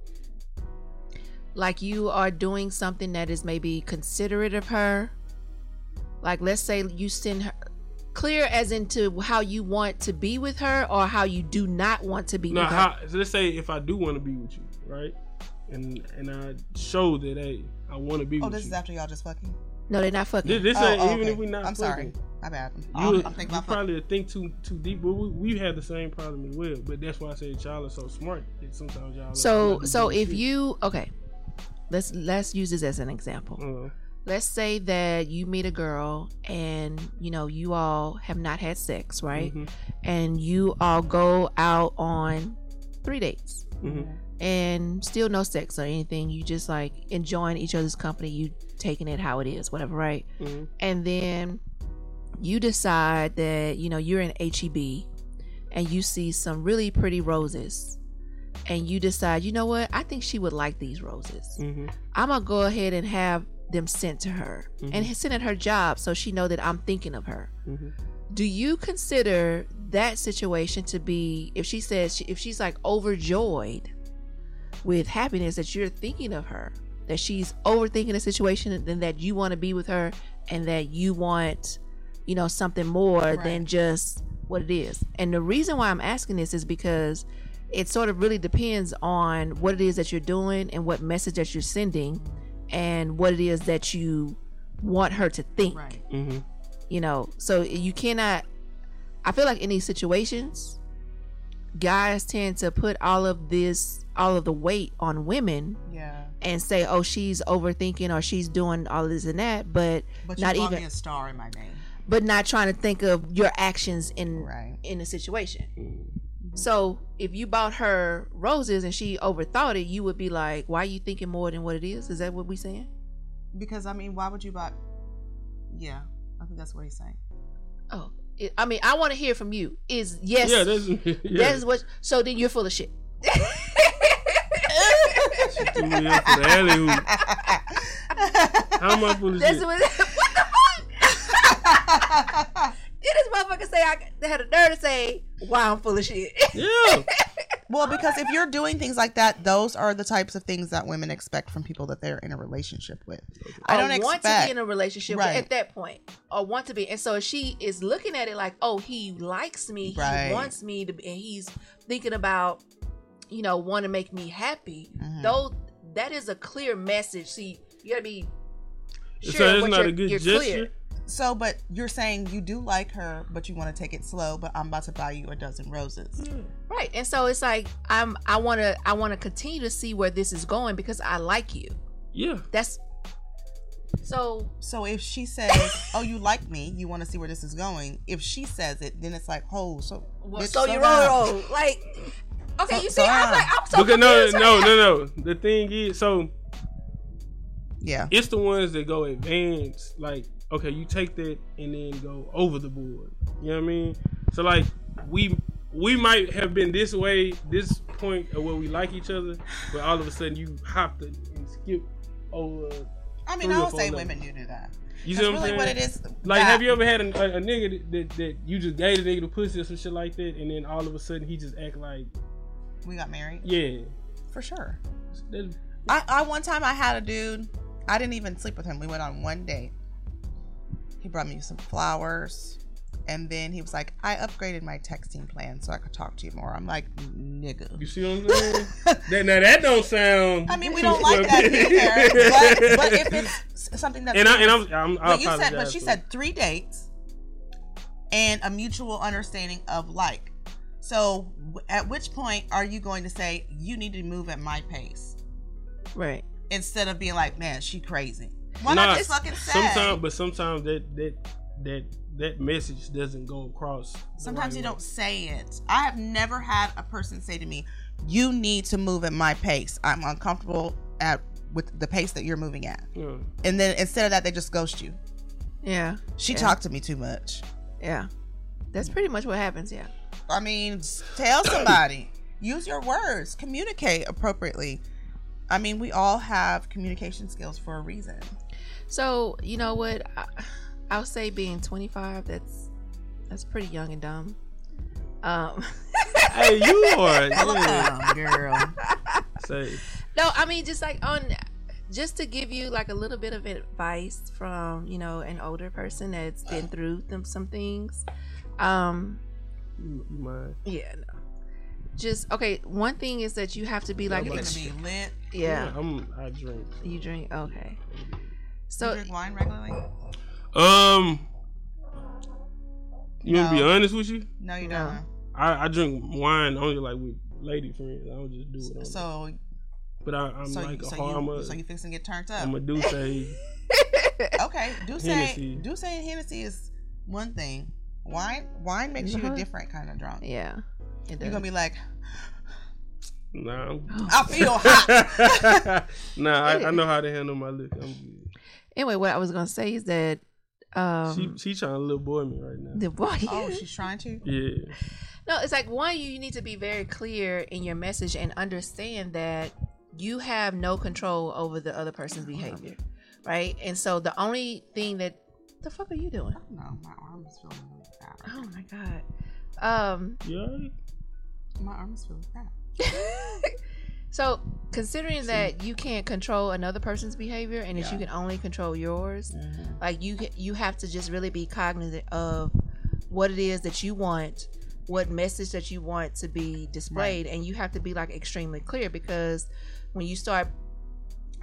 C: like you are doing something that is maybe considerate of her? Like let's say you send her clear as into how you want to be with her or how you do not want to be
D: Now,
C: with her.
D: how, so let's say if I do want to be with you, right? And and I show that hey, I want to be
B: Oh,
D: with
B: this
D: you.
B: is after y'all just fucking.
C: no, they're not fucking.
D: this, this
B: oh,
D: ain't
B: oh,
D: even
B: okay.
D: if we not.
B: I'm sorry.
D: fucking.
B: My bad. I'm,
D: You,
B: I'm, I'm thinking
D: you
B: about fucking.
D: probably think too too deep, but we, we have the same problem as well. But that's why I say y'all are so smart. That sometimes y'all.
C: so
D: are
C: so
D: doing
C: if
D: shit.
C: you okay. Let's let's use this as an example.
D: Uh,
C: let's say that you meet a girl and you know you all have not had sex right
D: mhm,
C: and you all go out on three dates
D: mhm.
C: and still no sex or anything you just like enjoying each other's company you taking it how it is whatever right
D: Mhm.
C: and then you decide that you know you're in heb and you see some really pretty roses and you decide you know what i think she would like these roses
D: Mhm.
C: I'm gonna go ahead and have them sent to her and sent at her job so she know that I'm thinking of her.
D: Mhm.
C: Do you consider that situation to be if she says if she's like overjoyed with happiness that you're thinking of her, that she's overthinking the situation and then that you want to be with her and that you want you know something more than
B: Right.
C: just what it is. And the reason why I'm asking this is because it sort of really depends on what it is that you're doing and what message that you're sending and what it is that you want her to think
B: Right.
D: Mhm.
C: you know so you cannot i feel like in these situations guys tend to put all of this all of the weight on women
B: Yeah.
C: and say oh she's overthinking or she's doing all this and that but
B: But you
C: Not
B: brought
C: even-
B: me a star in my name.
C: but not trying to think of your actions in
B: Right.
C: in the situation so if you bought her roses and she overthought it you would be like why are you thinking more than what it is is that what we saying
B: Because, I mean, why would you buy. Yeah. I think that's what he's saying.
C: oh it, i mean i want to hear from you is yes
D: Yeah, that's yeah.
C: that is what so then you're full of shit
D: Threw me up for the alley-oop. How am I full of
C: That's
D: shit?
C: what, what the fuck? Did this motherfucker say I they had a nerve to say why I'm full of shit?
D: Yeah.
B: Well, because if you're doing things like that, those are the types of things that women expect from people that they're in a relationship with. I don't
C: want to
B: expect-
C: be in a relationship
B: Right.
C: at that point, or want to be. And so she is looking at it like, oh, he likes me,
B: Right.
C: he wants me to, be, and he's thinking about, you know, want to make me happy.
D: Mm-hmm.
B: Mhm.
C: Though that is a clear message. See, you gotta be sure
D: so that's
C: what
D: not
C: you're,
D: a good
C: you're
D: gesture.
C: clear.
B: So, but you're saying you do like her, but you want to take it slow. But I'm about to buy you a dozen roses.
C: Right. And so it's like I'm I want to I want to continue to see where this is going because I like you.
D: Yeah.
C: That's so
B: So if she says, "Oh, you like me," you want to see where this is going. If she says it, then it's like, "Oh, so bitch, slow
C: so you
B: down."
C: roll roll like okay
B: So-
C: you see
B: so
C: I'm
B: down.
C: like I'm so
D: because no,
C: confused
D: no,
C: right now.
D: no, no. The thing is, so
B: Yeah,
D: it's the ones that go advanced. Like, okay, you take that and then go over the board. You know what I mean? So like, we we might have been this way, this point of where we like each other, but all of a sudden you hopped and and skipped over.
B: I mean,
D: Three
B: I
D: or
B: would
D: four
B: say
D: levels.
B: women do do that.
D: You
B: That's
D: see what
B: really
D: I'm saying?
B: what it is.
D: Like,
B: that-
D: have you ever had a, a, a nigga that, that, that you just gave a nigga the pussy or some shit like that, and then all of a sudden he just act like,
B: We got married
D: yeah,
B: for sure.
D: that's,
B: I, I one time I had a dude. I didn't even sleep with him. We went on one date. He brought me some flowers, and then he was like, "I upgraded my texting plan so I could talk to you more." I'm like,
D: you
B: "Nigga."
D: see what I'm saying? that, now that don't sound.
B: I mean, we don't like that either. But, but if it's s- something that
D: and I and I'm, I'm I
B: but you said, but
D: apologize
B: she
D: for-
B: said three dates and a mutual understanding of like. So, w- at which point are you going to say you need to move at my pace
C: Right.
B: instead of being like, man, she crazy? Why
D: Nah,
B: not just fucking say?
D: Sometimes, but sometimes that that that that message doesn't go across. the
B: Sometimes
D: right
B: you
D: way.
B: don't say it. I have never had a person say to me, "You need to move at my pace. I'm uncomfortable at with the pace that you're moving at."
D: Yeah.
B: And then instead of that, they just ghost you.
C: Yeah.
B: She
C: Yeah.
B: talked to me too much.
C: Yeah. That's pretty much what happens. Yeah.
B: I mean, s- tell somebody. Use your words. Communicate appropriately. I mean, we all have communication skills for a reason.
C: So you know what? I, I'll say being 25. That's that's pretty young and dumb. Um.
D: Hey, you are. yeah.
B: Damn, girl.
D: Say,
C: No, I mean just like on just to give you like a little bit of advice from, you know, an older person that's
B: Uh.
C: been through them some things. Um
D: you, you mind?
C: yeah, no. Just okay, one thing is that you have to be like
B: You're gonna
C: ex-
B: be lit.
C: yeah,
D: I'm. I drink.
C: you drink okay.
B: you
C: So
B: drink wine regularly?
D: Um. You want to be
B: No.
D: honest with you?
B: No, you
C: No.
B: don't.
D: I, I drink wine only like with lady friends. I don't just do it. On
B: So,
D: but I, I'm
B: so,
D: like
B: you,
D: a
B: so,
D: harm.
B: you, so you fixing to get turned up.
D: I'm a do say.
B: okay, do
D: Hennessy.
B: say, do say Hennessy is one thing. Wine, wine makes you a
C: Uh-huh.
B: different kind of drunk.
C: yeah. It
B: You're
C: does.
B: gonna be like,
D: Nah. I'm-
B: I feel hot.
D: nah, I, I know how to handle my liquor. I'm good.
C: anyway, what I was gonna say is that um
D: she she trying to little boy me right now.
C: the boy
B: oh, she's trying to.
D: Yeah.
C: No, it's like one, you you need to be very clear in your message and understand that you have no control over the other person's behavior, right? And so the only thing that the fuck are you doing?
B: No, my arm's feeling really fat.
C: Oh my god. Um
D: You alright?
B: My arm's feeling fat.
C: so considering that you can't control another person's behavior and that you can only control yours, like you ca- you have to just really be cognizant of what it is that you want what message that you want to be displayed and you have to be like extremely clear because when you start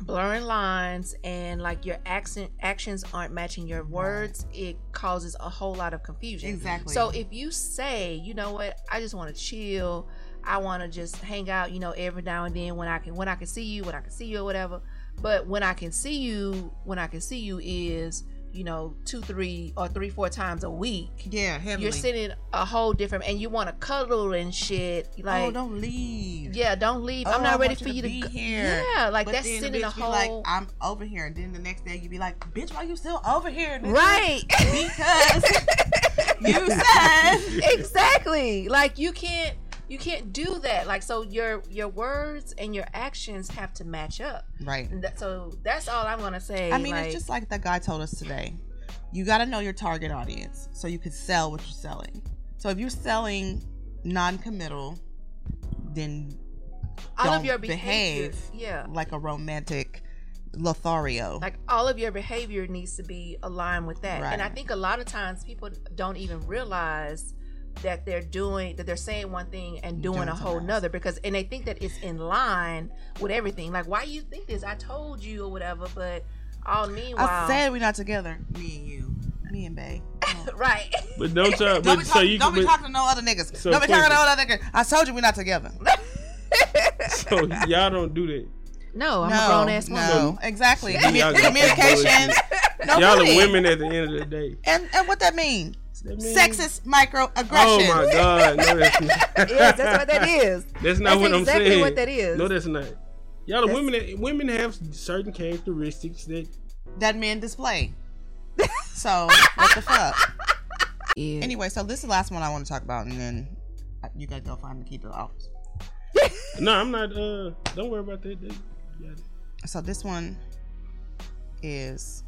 C: blurring lines and like your accent actions aren't matching your words it causes a whole lot of confusion
B: Exactly.
C: so if you say you know what i just want to chill i want to just hang out you know every now and then when i can when i can see you when i can see you or whatever but when i can see you when i can see you is you know two three or three four times a week
B: yeah, heavily.
C: you're sitting a whole different and you want to cuddle and shit like
B: oh, don't leave.
C: yeah don't leave
B: Oh,
C: i'm
B: I
C: not ready
B: want
C: for you to,
B: be
C: go-
B: here.
C: yeah like
B: But
C: that's
B: then the
C: sending a
B: bitch be like,
C: whole
B: I'm over here, and then the next day you be like, bitch, why you still over here? nigga?"
C: right
B: Because you said.
C: exactly like you can't you can't do that like so your your words and your actions have to match up
B: Right.
C: And that- so that's all i'm gonna say
B: I mean,
C: like,
B: it's just like that guy told us today. You got to know your target audience so you can sell what you're selling. So if you're selling non-committal, then
C: all of
B: don't
C: your behavior
B: behave.
C: yeah
B: like a romantic Lothario.
C: like all of your behavior needs to be aligned with that and i
B: Right.
C: think a lot of times people don't even realize that they're doing that they're saying one thing and doing,
B: Doing
C: a whole
B: something else.
C: nother because and they think that it's in line with everything like why you think this i told you or whatever but all meanwhile
B: I said we're not together. Me and you. Me and Bay.
C: right
D: But don't try.
B: Don't
D: But
B: be,
D: so
B: talk-
D: you
B: don't be
D: but,
B: talking to no other niggas.
D: So
B: don't be talking
D: quickly.
B: to no other niggas. I told you we're not together.
D: so y'all don't do that.
C: no i'm a
B: no,
C: grown ass woman
B: no, exactly.
D: Y'all got some
B: Communication. No
D: Y'all are
B: booty.
D: women at the end of the day.
B: And and what that mean?
D: That mean-
B: Sexist microaggression.
D: Oh my God! No, that's not.
C: yes that's what that is
D: That's not
C: that's
D: what
C: exactly
D: I'm saying.
C: what that is
D: No, that's not. Y'all are
C: That's-
D: women. That, women have certain characteristics that
B: that men display. so what the fuck?
C: Yeah.
B: Anyway, so this is the last one I want to talk about, and then uh, you gotta go find the key to the office.
D: No, I'm not. Uh, don't worry about that. They got it.
B: So this one is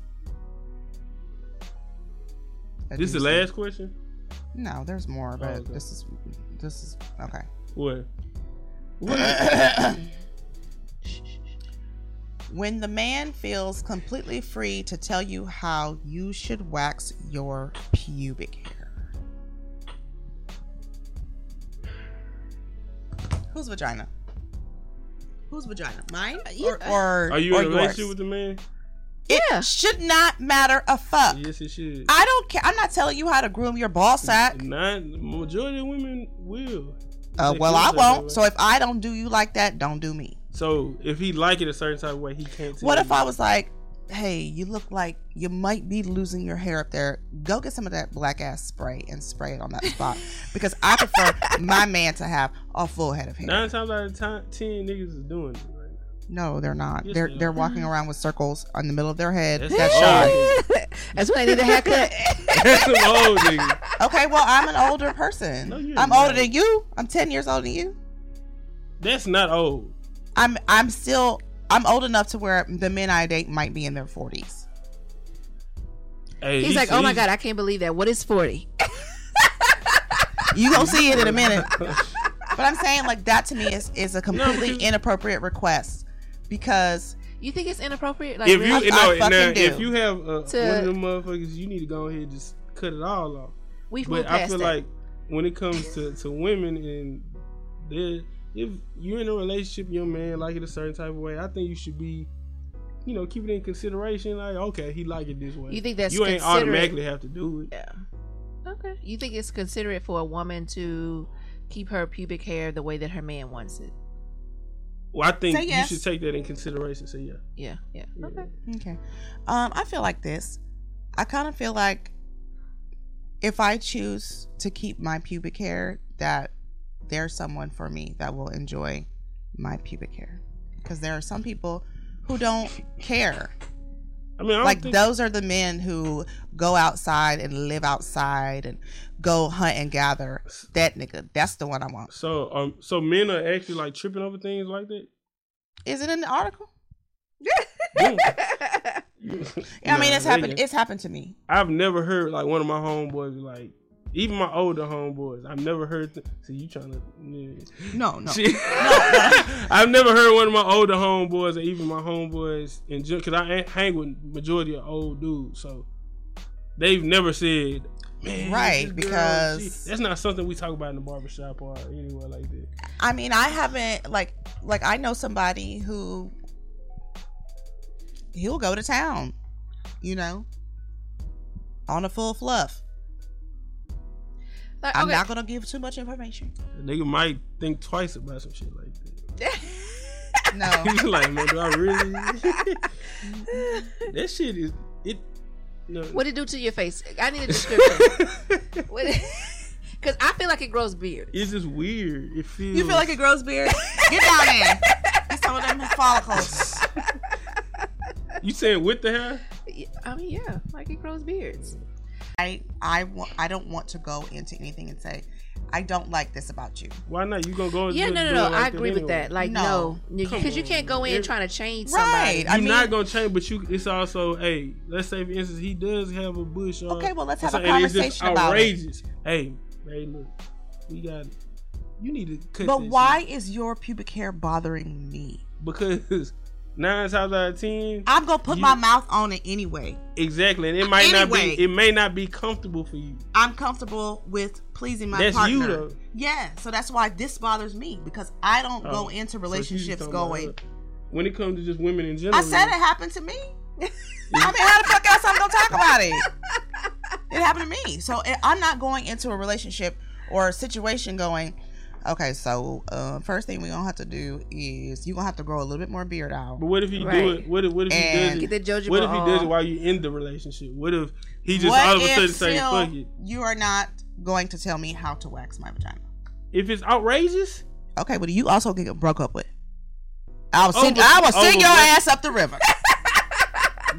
B: a
D: This is the
B: doozy.
D: last question.
B: No, there's more, but
D: okay.
B: this is this is okay.
D: What?
B: when the man feels completely free to tell you how you should wax your pubic hair. Whose vagina? Whose vagina? Mine?
E: yeah.
B: Or, or
D: Are you
B: or
D: in a relationship
B: yours?
D: with the man?
E: Yeah.
B: It should not matter a fuck.
D: Yes, it should.
B: I don't care. I'm not telling you how to groom your ball sack.
D: Not majority of women will.
B: Uh,
D: They
B: well,
D: feel
B: I
D: that way.
B: won't. So if I don't do you like that, don't do me.
D: So if he like it a certain type of way, he can't. Tell
B: What if
D: you.
B: I was like, hey, you look like you might be losing your hair up there. Go get some of that black ass spray and spray it on that spot because I prefer my man to have a full head of hair.
D: Nine times out of ten, ten niggas is doing it. Right?
B: No, they're not.
D: Yes,
B: They're
D: they are.
B: they're walking around with circles on the middle of their head.
D: That's
B: That's shy.
D: old.
E: That's when I need a haircut.
D: That's some old niggas.
B: Okay, well, I'm an older person.
D: Oh. No, you're
B: I'm
D: not.
B: older than you. I'm 10 years older than you.
D: That's not old.
B: I'm I'm still I'm old enough to where the men I date might be in their 40s.
D: Hey,
E: He's
D: he-
E: like, oh my
D: he's-
E: god, I can't believe that. What is forty?
B: You gonna see it in a minute. But I'm saying like that to me is is a completely
D: because-
B: inappropriate request because
E: You think it's inappropriate? Like,
D: if
E: really?
D: you
B: I- I
D: no, now,
B: fucking do.
D: if you have uh,
E: To-
D: one of them motherfuckers, you need to go ahead and just cut it all off.
E: we've
D: But
E: moved
D: I
E: past
D: feel
E: that.
D: like when it comes to, to women and they if you're in a relationship, your man like it a certain type of way, I think you should be, you know, keep it in consideration. Like, okay, he like it this way.
E: you think that's
D: you ain't
E: considerate-
D: automatically have to do it.
E: Yeah. Okay. You think it's considerate for a woman to keep her pubic hair the way that her man wants it?
D: Well, I think
B: Say yes.
D: you should take that in consideration. So yeah,
E: Yeah. Yeah.
D: Yeah.
E: Okay.
B: okay. Um I feel like this. I kind of feel like if I choose to keep my pubic hair that there's someone for me that will enjoy my pubic hair because there are some people who don't care.
D: I mean, I don't
B: like
D: think,
B: those are the men who go outside and live outside and go hunt and gather. That nigga, that's the one I want.
D: so. Um, so men are actually like tripping over things like that.
B: Is it in the article?
D: Yeah.
B: I mean,
D: Nah,
B: it's
D: they
B: happened.
D: ain't.
B: It's happened to me.
D: I've never heard like one of my homeboys like. Even my older homeboys, I've never heard. Th- See, you trying to.
B: No, no.
D: Shit. I've never heard one of my older homeboys or even my homeboys in general, because I ain't- hang with majority of old dudes, so they've never said, man,
B: Right,
D: this girl,
B: because-
D: she-" that's not something we talk about in the barbershop or anywhere like that.
B: I mean, I haven't like like I know somebody who he'll go to town, you know, on a full fluff.
E: Like,
B: I'm
E: okay.
B: not gonna give too much information.
D: A nigga might think twice about some shit like that.
B: No,
E: Oh.
D: He's like, man, do I really? that shit is it. No,
E: What it do to your face? I need a description. Because I feel like it grows beard.
D: it's just weird. It feels.
B: you feel like it grows beard. Get down there. Get some of them follicles.
D: You saying with the hair?
E: Yeah, I mean, yeah, like it grows beards.
B: I I want I don't want to go into anything and say I don't like this about you.
D: Why not? You gonna go? and
E: Yeah,
D: do-
E: no,
D: do
E: no,
D: it
E: no.
D: like
E: I agree with
D: anyway.
E: that. Like,
B: No.
E: no, because you can't go in trying to change somebody.
B: Right.
D: You're
B: I mean,
D: not gonna change, but you. It's also, hey, let's say for instance, he does have a bush. Or,
B: Okay, well, let's have a
D: something, and it's just
B: conversation about it.
D: outrageous. Hey, hey, look, we got. You need to cut.
B: but
D: this
B: why
D: shit.
B: is your pubic hair bothering me?
D: Because nine times out of ten,
B: I'm gonna put
D: You-
B: my mouth on it anyway.
D: exactly, and it might not
B: Anyway.
D: be. It may not be comfortable for you.
B: I'm comfortable with pleasing my
D: That's
B: partner.
D: you though.
B: Yeah, so that's why this bothers me because I don't
D: Oh,
B: go into
D: so
B: relationships
D: she's talking about
B: going.
D: her. When it comes to just women in general,
B: I said it happened to me. I mean, how the fuck else I'm gonna talk about it? It happened to me. So I- I'm not going into a relationship or a situation going. Okay, so uh, first thing we're gonna have to do is you're gonna have to grow a little bit more beard out.
D: But what if he do
E: Right.
D: it? What if what if
B: And-
D: he
E: Get
D: does
E: the JoJo
D: it? What if he
E: ball.
D: does it while you in the relationship? What if he just all of a sudden say,
B: still
D: "Fuck it"?
B: You are not going to tell me how to wax my vagina.
D: If it's outrageous,
B: Okay, but you also get broke up with. I will
D: Oh,
B: send,
D: but-
B: I will send
D: oh,
B: your
D: but-
B: ass up the river.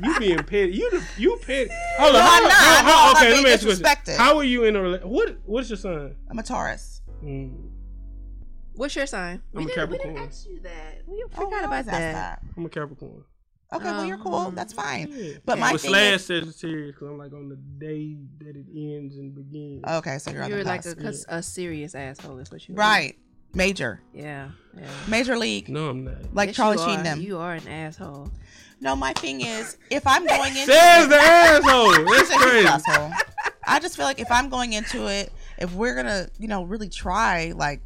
D: You being petty. You the, you petty. Hold on.
B: No, I'm
D: hold on,
B: not.
D: hold on,
B: No, I'm not
D: okay, let me
B: being
D: ask you a question.
B: disrespected.
D: How are you in a relationship? What What's your sign?
B: I'm a Taurus.
D: Mm,
E: What's your sign?
D: I'm
E: didn't,
D: a
E: we
D: Capricorn.
E: didn't ask you that. We
B: Oh,
E: forgot
B: I
E: about
B: always ask
E: that.
D: I'm a Capricorn.
B: Okay, well you're cool.
C: Um,
B: That's fine.
D: Yeah.
B: But my
D: But
B: thing
D: slash
B: is-
D: Sagittarius, because I'm like on the day that it ends and begins.
B: Okay, so you're on
C: You're
B: the
C: like
B: cusp.
C: a, cus- a serious asshole. Is what you are.
B: right, major,
C: Yeah. Yeah.
B: major league,
D: no, I'm not.
B: like
C: Yes,
B: Charlie
C: you
B: Sheen
C: are.
B: them.
C: You are an asshole.
B: No, my thing is if I'm going into
D: Says the asshole.
B: He's
D: That's
B: a huge
D: crazy.
B: asshole. I just feel like if I'm going into it, if we're gonna, you know, really try, like,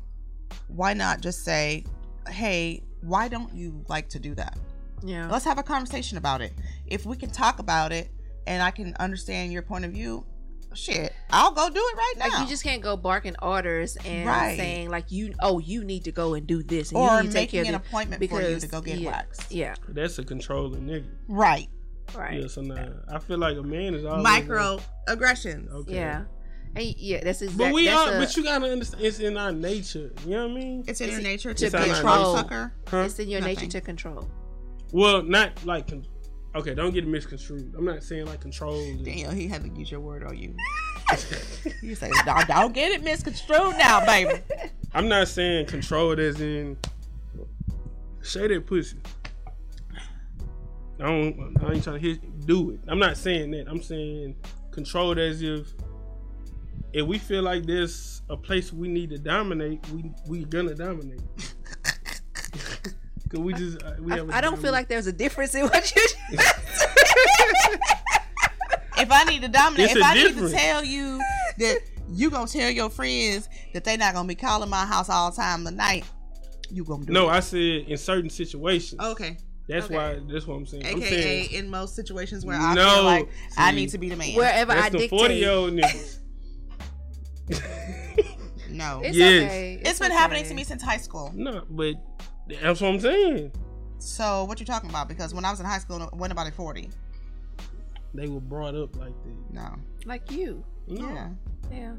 B: why not just say, hey, why don't you like to do that?
C: Yeah.
B: Let's have a conversation about it. If we can talk about it and I can understand your point of view, shit, I'll go do it right now.
C: Like you just can't go barking orders and
B: Right.
C: saying like you oh you need to go and do this and
B: or
C: you need to take
B: making
C: care of
B: an
C: this.
B: appointment for you
C: because-
B: to go get
C: yeah.
B: waxed.
C: Yeah.
D: That's a controlling nigga.
B: Right.
C: Right.
D: Yeah, so nah, I feel like a man is always
B: Microaggressions.
D: Oh, Okay.
C: Yeah. And yeah, that's exactly.
D: But we
C: that's
D: are.
C: a-
D: but you gotta understand, it's in our nature. You know what I mean?
B: It's in your
C: It's-
B: nature
C: it's
B: to be a
D: in our
B: control
C: nature.
B: sucker.
D: Huh?
C: It's in your
B: Nothing.
C: nature to control.
D: Well, not like. Con- okay, don't get it misconstrued. I'm not saying like control. is-
B: Daniel, he had to use your word on you. you say, "Don't- don't get it misconstrued now, baby.
D: I'm not saying control as in say that pussy. I don't. I ain't trying to hit, do it. I'm not saying that. I'm saying controlled as if if we feel like there's a place we need to dominate, we we gonna dominate. Cause we just uh, we
C: I,
D: have a
C: I don't feel
D: dominant-
C: like there's a difference in what you.
B: If I need to dominate,
D: It's
B: if
D: a
B: I
D: difference.
B: need to tell you that you gonna tell your friends that they not gonna be calling my house all time the night, you gonna do
D: No,
B: it.
D: I said in certain situations.
C: Oh,
B: okay.
D: that's
B: okay.
D: why. That's what I'm saying. I'm
B: AKA
D: saying
B: in most situations where I
D: No,
B: feel like I
D: see.
B: need to be the man.
C: Wherever I
D: that's the
C: dictate.
D: forty year old niggas.
B: no.
C: It's
D: Yes.
C: okay.
B: it's been
C: okay.
B: happening to me since high school.
D: No, but that's what I'm saying.
B: So what you talking about? Because when I was in high school, it wasn't about forty.
D: They were brought up like that.
B: No.
C: Like you.
D: No.
B: Yeah.
C: Yeah.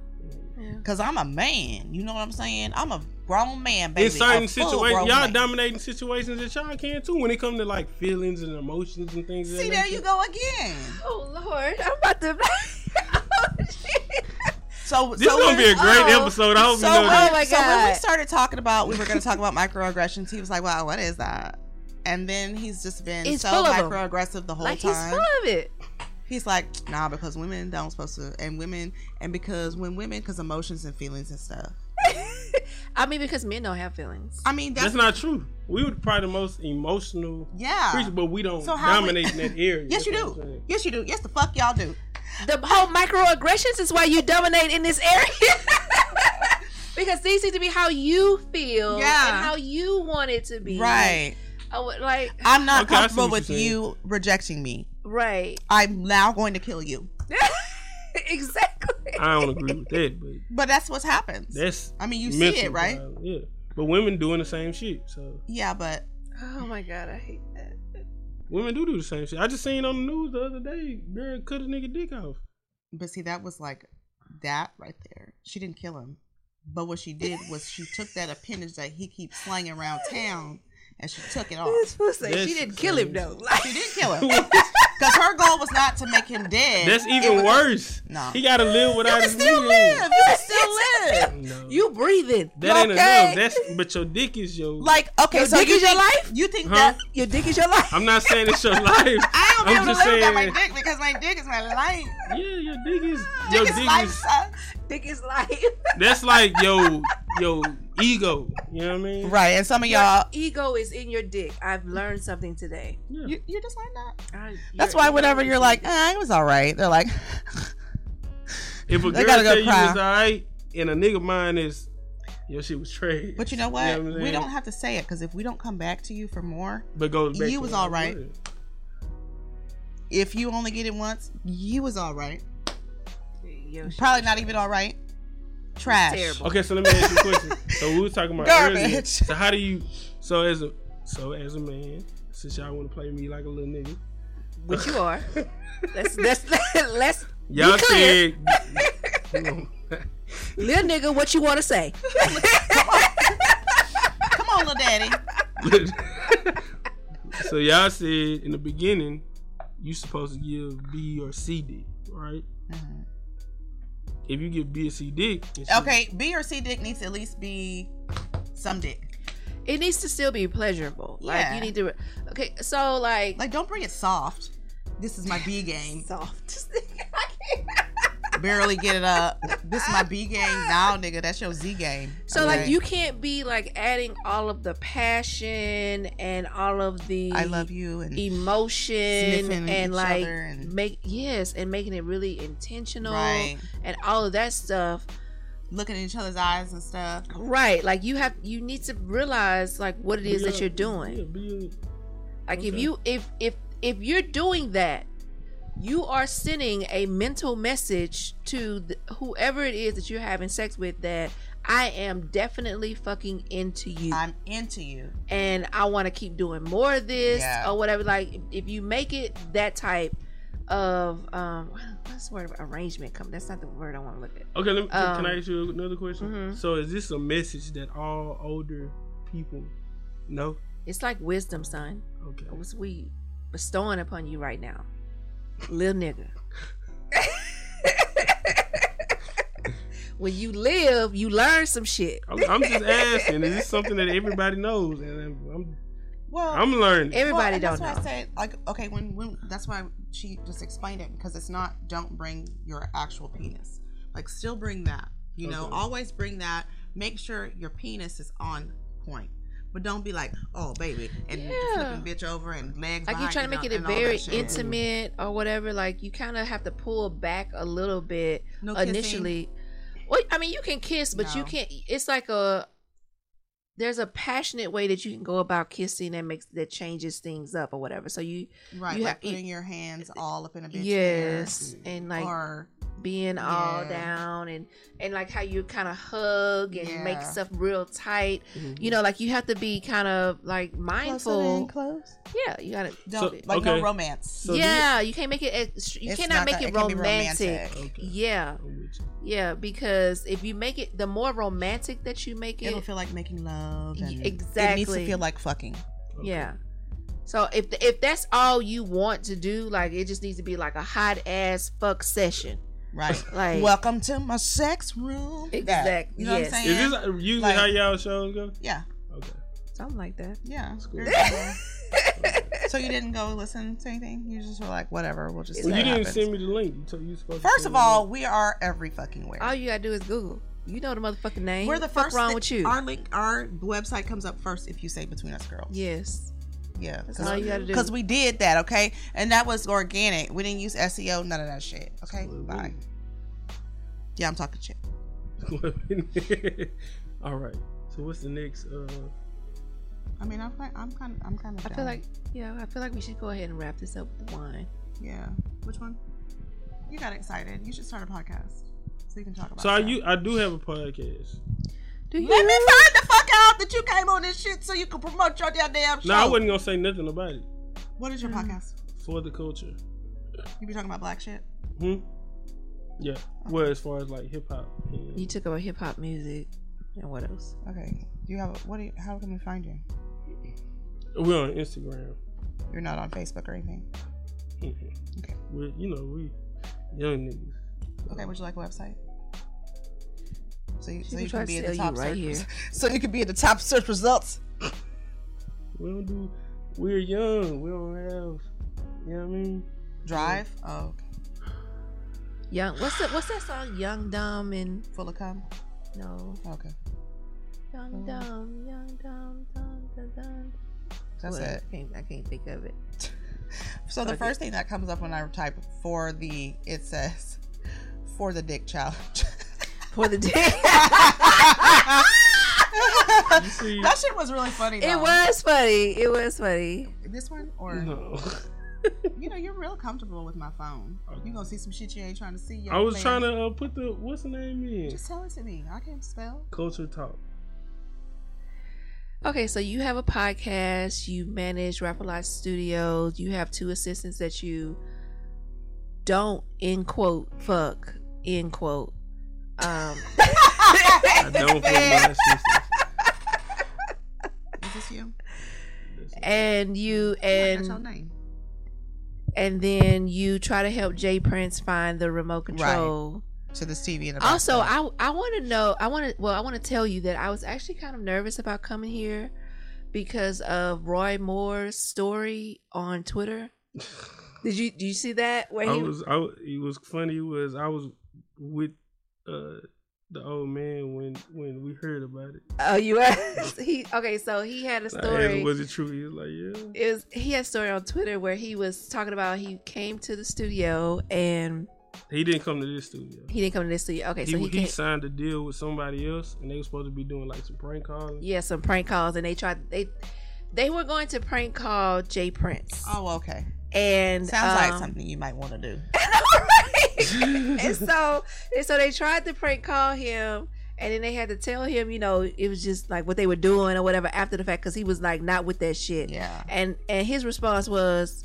C: Yeah.
B: Cause I'm a man. You know what I'm saying? I'm a grown man, baby.
D: In certain
B: A full grown
D: situations, y'all
B: man.
D: dominating situations that y'all can too. When it comes to like feelings and emotions and things. of
B: See,
D: that
B: there
D: nature.
B: you go again.
C: Oh Lord, I'm about to.
B: So
D: This
B: so
D: is gonna be a
B: when-
D: great
C: oh,
D: episode. I hope
B: so,
D: you know
B: when,
D: that.
C: Oh my
B: so when we
C: God.
B: started talking about we were going to talk about microaggressions, he was like, "Wow, what is that?" And then he's just been
C: He's
B: so
C: full of 'em.
B: microaggressive the whole
C: like he's
B: time.
C: full of it.
B: He's like, "Nah, because women don't supposed to, and women, and because when women, because emotions and feelings and stuff.
C: I mean, because men don't have feelings.
B: I mean, that's,
D: That's not true. We were probably the most emotional
B: yeah.
D: creatures, but we don't
B: So how we-
D: dominate in that area.
B: yes, you
D: That's what
B: do.
D: I'm saying.
B: Yes, you do. Yes, the fuck y'all do.
C: The whole microaggressions is why you dominate in this area. because these need to be how you feel
B: Yeah.
C: and how you want it to be.
B: Right.
C: I would like
B: I'm not
D: Okay, I see
B: comfortable
D: what
B: with
D: you're saying.
B: you rejecting me.
C: right.
B: I'm now going to kill you.
C: exactly.
D: I don't agree with that, but
B: But that's what happens.
D: that's
B: I mean, you see
D: mental
B: it, right?
D: violence. Yeah. But women doing the same shit. So
B: Yeah, but
C: Oh my god, I hate that.
D: women do do the same shit. I just seen on the news the other day, girl cut a nigga dick off.
B: but see, that was like that right there. She didn't kill him, but what she did was she took that appendage that he keeps slanging around town, and she took it off.
D: That's
C: she didn't kill him though.
B: She didn't kill him because her goal was not to make him dead.
D: That's even
B: It was-
D: worse.
B: No.
D: He gotta live
B: You
D: without
B: can
D: his
B: still
D: nigga.
B: live. You can still live.
D: No.
C: you breathing.
D: That ain't
C: okay?
D: enough. That's but your dick is your.
B: Like okay,
C: Your
B: so
C: dick
B: you
C: is your
B: think-
C: life?
B: You think
D: Huh?
B: that
C: Your dick is your life.
D: I'm not saying it's your life.
B: I don't be
D: I'm
B: able to
D: just
B: live without my
D: saying-
B: dick because my dick is my life.
D: Yeah, your dick is
B: Dick
D: your
B: is life. son.
C: dick is life.
D: That's like your your ego. You know what I mean?
B: Right, and some of
C: Your
B: y'all,
C: ego is in your dick. I've learned something today.
D: Yeah.
B: you, you're just like that.
C: I-
B: That's
C: your
B: why
C: ego
B: whenever
C: is
B: you're
C: in
B: like,
C: your
B: eh, it was all right, they're like,
D: if a
B: They
D: girl
B: gotta go
D: tell you
B: cry.
D: it's alright, and a nigga mind is your shit was trash.
B: but you know what?
D: what I'm
B: we
D: saying?
B: don't have to say it because if we don't come back to you for more,
D: But goes back
B: You
D: to
B: was
D: what I
B: alright.
D: said.
B: if you only get it once, you was all right.
C: Yo, shit.
B: Probably not even all right. Trash.
C: Terrible.
D: Okay, so let me ask you a question. so we were talking about
B: Garbage.
D: earlier. So how do you? So as a so as a man, since y'all want to play me like a little nigga,
C: Which you are. Let's let's let's
D: y'all
C: Be clear.
D: said. Hold on.
C: little nigga what you want to say.
B: Come on, little daddy.
D: so y'all said in the beginning you supposed to give B or C dick, right?
C: Mm-hmm.
B: Mhm.
D: If you give B or C dick, it's
B: Okay, B or C dick needs to at least be some dick.
C: it needs to still be pleasurable. Like
B: Yeah.
C: you need to. Okay, so like, oh,
B: Like, don't bring it soft. This is my B game.
C: soft.
B: Barely get it up. This is my B game now, nigga. That's your Z game.
C: so like
B: Okay?
C: you can't be like adding all of the passion and all of the
B: I love you and
C: emotion
B: sniffing each
C: and like
B: other and-
C: make yes and making it really intentional
B: right,
C: and all of that stuff
B: looking in each other's eyes and stuff.
C: right like you have you need to realize like what it is
D: Be
C: that
D: a-
C: you're doing
D: yeah, be a-
C: Like if
D: Okay.
C: you if if if you're doing that, you are sending a mental message to th- whoever it is that you're having sex with that I am definitely fucking into you
B: I'm into you.
C: and I want to keep doing more of this
B: Yeah.
C: or whatever. Like if- if you make it that type of um what's the word arrangement come that's not the word I want to look at.
D: Okay, let me, can-
C: Um,
D: can I ask you another question?
C: mhm.
D: So, is this a message that all older people know?
C: It's like wisdom, son.
D: Okay.
C: What's we bestowing upon you right now, little nigga? when you live, you learn some shit.
D: I'm, I'm just asking. is this something that everybody knows? And I'm,
B: Well,
D: I'm learning.
C: Everybody
B: Well,
C: don't
B: and that's
C: know.
B: why I said like okay when when that's why she just explained it because it's not don't bring your actual penis like still bring that you know
C: Mm-hmm.
D: Okay.
B: always bring that make sure your penis is on point but don't be like oh baby and
C: Yeah.
B: flipping bitch over and legs
C: Like you're
B: behind
C: trying to
B: you
C: make it
B: and
C: a
B: all that
C: very
B: shit.
C: intimate or whatever. Like you kind of have to pull back a little bit
B: No kissing.
C: initially. Well, I mean, you can kiss, but you
B: No.
C: can't. It's like a there's a passionate way that you can go about kissing that makes that changes things up or whatever. So you
B: right
C: you
B: like
C: have-
B: putting your hands all up in a bitch
C: yes,
B: hair.
C: and like
B: or
C: being all
B: Yeah.
C: down and and like how you kind of hug and make
B: Yeah. Mm-hmm.
C: stuff real tight you know like you have to be kind of like mindful
B: close
C: yeah you gotta
B: don't
D: So-
B: like
D: okay.
B: no romance
D: So do you-
C: yeah you can't make it ex- you
B: It's
C: cannot
B: not
C: make
B: gonna-
C: it
B: it can be
C: romantic.
B: romantic.
D: Okay.
C: yeah
D: I'm with you.
C: yeah because if you make it the more romantic that you make it
B: it'll feel like making love
C: Y-
B: and it needs
C: exactly.
B: to feel like fucking
D: Okay.
C: yeah so if if that's all you want to do like it just needs to be like a hot ass fuck session
B: right
C: like
B: Welcome to my sex room. That.
C: Exact-
B: You know
C: yes.
B: what I'm
D: Is
B: saying?
D: this usually
B: Like-
D: how y'all shows go?
B: yeah.
D: Okay.
C: something like that
B: Yeah.
D: cool.
B: Very cool. so you didn't go listen to anything? You just were like, whatever, we'll just
C: Well,
B: see
D: Well, you
B: what
D: didn't
B: happens.
D: send me the link. You told you supposed. to
B: First
D: send
B: of
D: me the
B: all,
D: link.
B: we are every fucking where.
C: All Oh, you gotta do is Google. You know the motherfucking name.
B: we're the
C: Fuck
B: first
C: wrong
B: thi-
C: with you.
B: Our link our website comes up first if you say between us girls.
C: yes,
B: Yeah.
C: that's all you gotta do.
B: Because we did that, okay? And that was organic. We didn't use SEO, none of that shit. Okay?
D: Absolutely.
B: Bye. Yeah, I'm talking shit.
D: all right. So what's the next? Uh,
B: I mean I'm kind I'm kind of I'm kind of
C: I feel like yeah, I feel like we should go ahead and wrap this up with the wine.
B: Yeah. Which one? You got excited. You should start a podcast. So you can talk about
D: so I
B: that.
D: you I do have a podcast.
C: Do you?
B: Let me find the fuck out that you came on this shit so you can promote your goddamn show.
D: No, I wasn't gonna say nothing about it.
B: What is your podcast?
D: For the culture.
B: You be talking about black shit?
D: Hmm. Yeah. Well, as far as like hip hop. and-
C: You took over hip hop music and what else?
B: Okay. Do you have what do you, how can we find you?
D: We're on Instagram.
B: You're not on Facebook or anything. Okay.
D: We're, you know we young niggas.
B: Okay, would you like a website? So you,
C: She
B: so
C: can
B: you
C: try
B: can
C: to
B: be at
C: sell
B: the
C: you
B: top
C: right
B: search
C: here.
B: res- So you can be at the top search results.
D: We don't do. We're young. We don't have. You know what I mean?
B: Drive. Oh, okay.
C: Young. What's the What's that song? Young dumb and
B: full of cum.
C: no.
B: Okay. Mm.
C: Young dumb. Young dumb. Dumb. Dumb. dumb.
B: That's
C: Whatever.
B: it.
C: I can't, I can't think of it.
B: So the
C: Okay.
B: first thing that comes up when I type for the it says for the dick challenge.
C: For the day.
D: You
B: that
D: see?
B: shit was really funny.
C: it
B: though.
C: was funny. It was funny.
B: This one or
D: No.
B: you know you're real comfortable with my phone. You gonna see some shit you ain't trying to see. young
D: I was
B: man.
D: trying to uh, put the what's the name in
B: Just tell it to me. I can't spell.
D: culture talk.
C: Okay, so you have a podcast, you manage Rap A Lot Studios, you have two assistants that you don't end quote fuck end quote. Um
D: I don't feel my assistance.
B: Is this you?
C: and you
B: That's your
C: and
B: name.
C: and then you try to help Jay Prince find the remote control.
B: To this TV in the
C: Also, I I want to know, I want to well, I want to tell you that I was actually kind of nervous about coming here because of Roy Moore's story on Twitter. Did you do you see that? Where
D: I
C: he
D: was, I wa- it was funny was I was with uh the old man when when we heard about it.
C: oh you asked he okay so he had a
D: And I asked,
C: story.
D: was it true? He was like, yeah.
C: It was he had a story on Twitter where he was talking about he came to the studio and
D: He didn't come to this studio.
C: he didn't come to the studio. Okay,
D: He,
C: so
D: he,
C: he, came,
D: signed a deal with somebody else, and they were supposed to be doing like some prank calls.
C: yeah some prank calls and they tried they they were going to prank call Jay Prince
B: Oh, okay.
C: and
B: Sounds like
C: um,
B: something you might want to do.
C: and so and so they tried to prank call him and then they had to tell him you know it was just like what they were doing or whatever after the fact because he was like not with that shit
B: Yeah.
C: and and his response was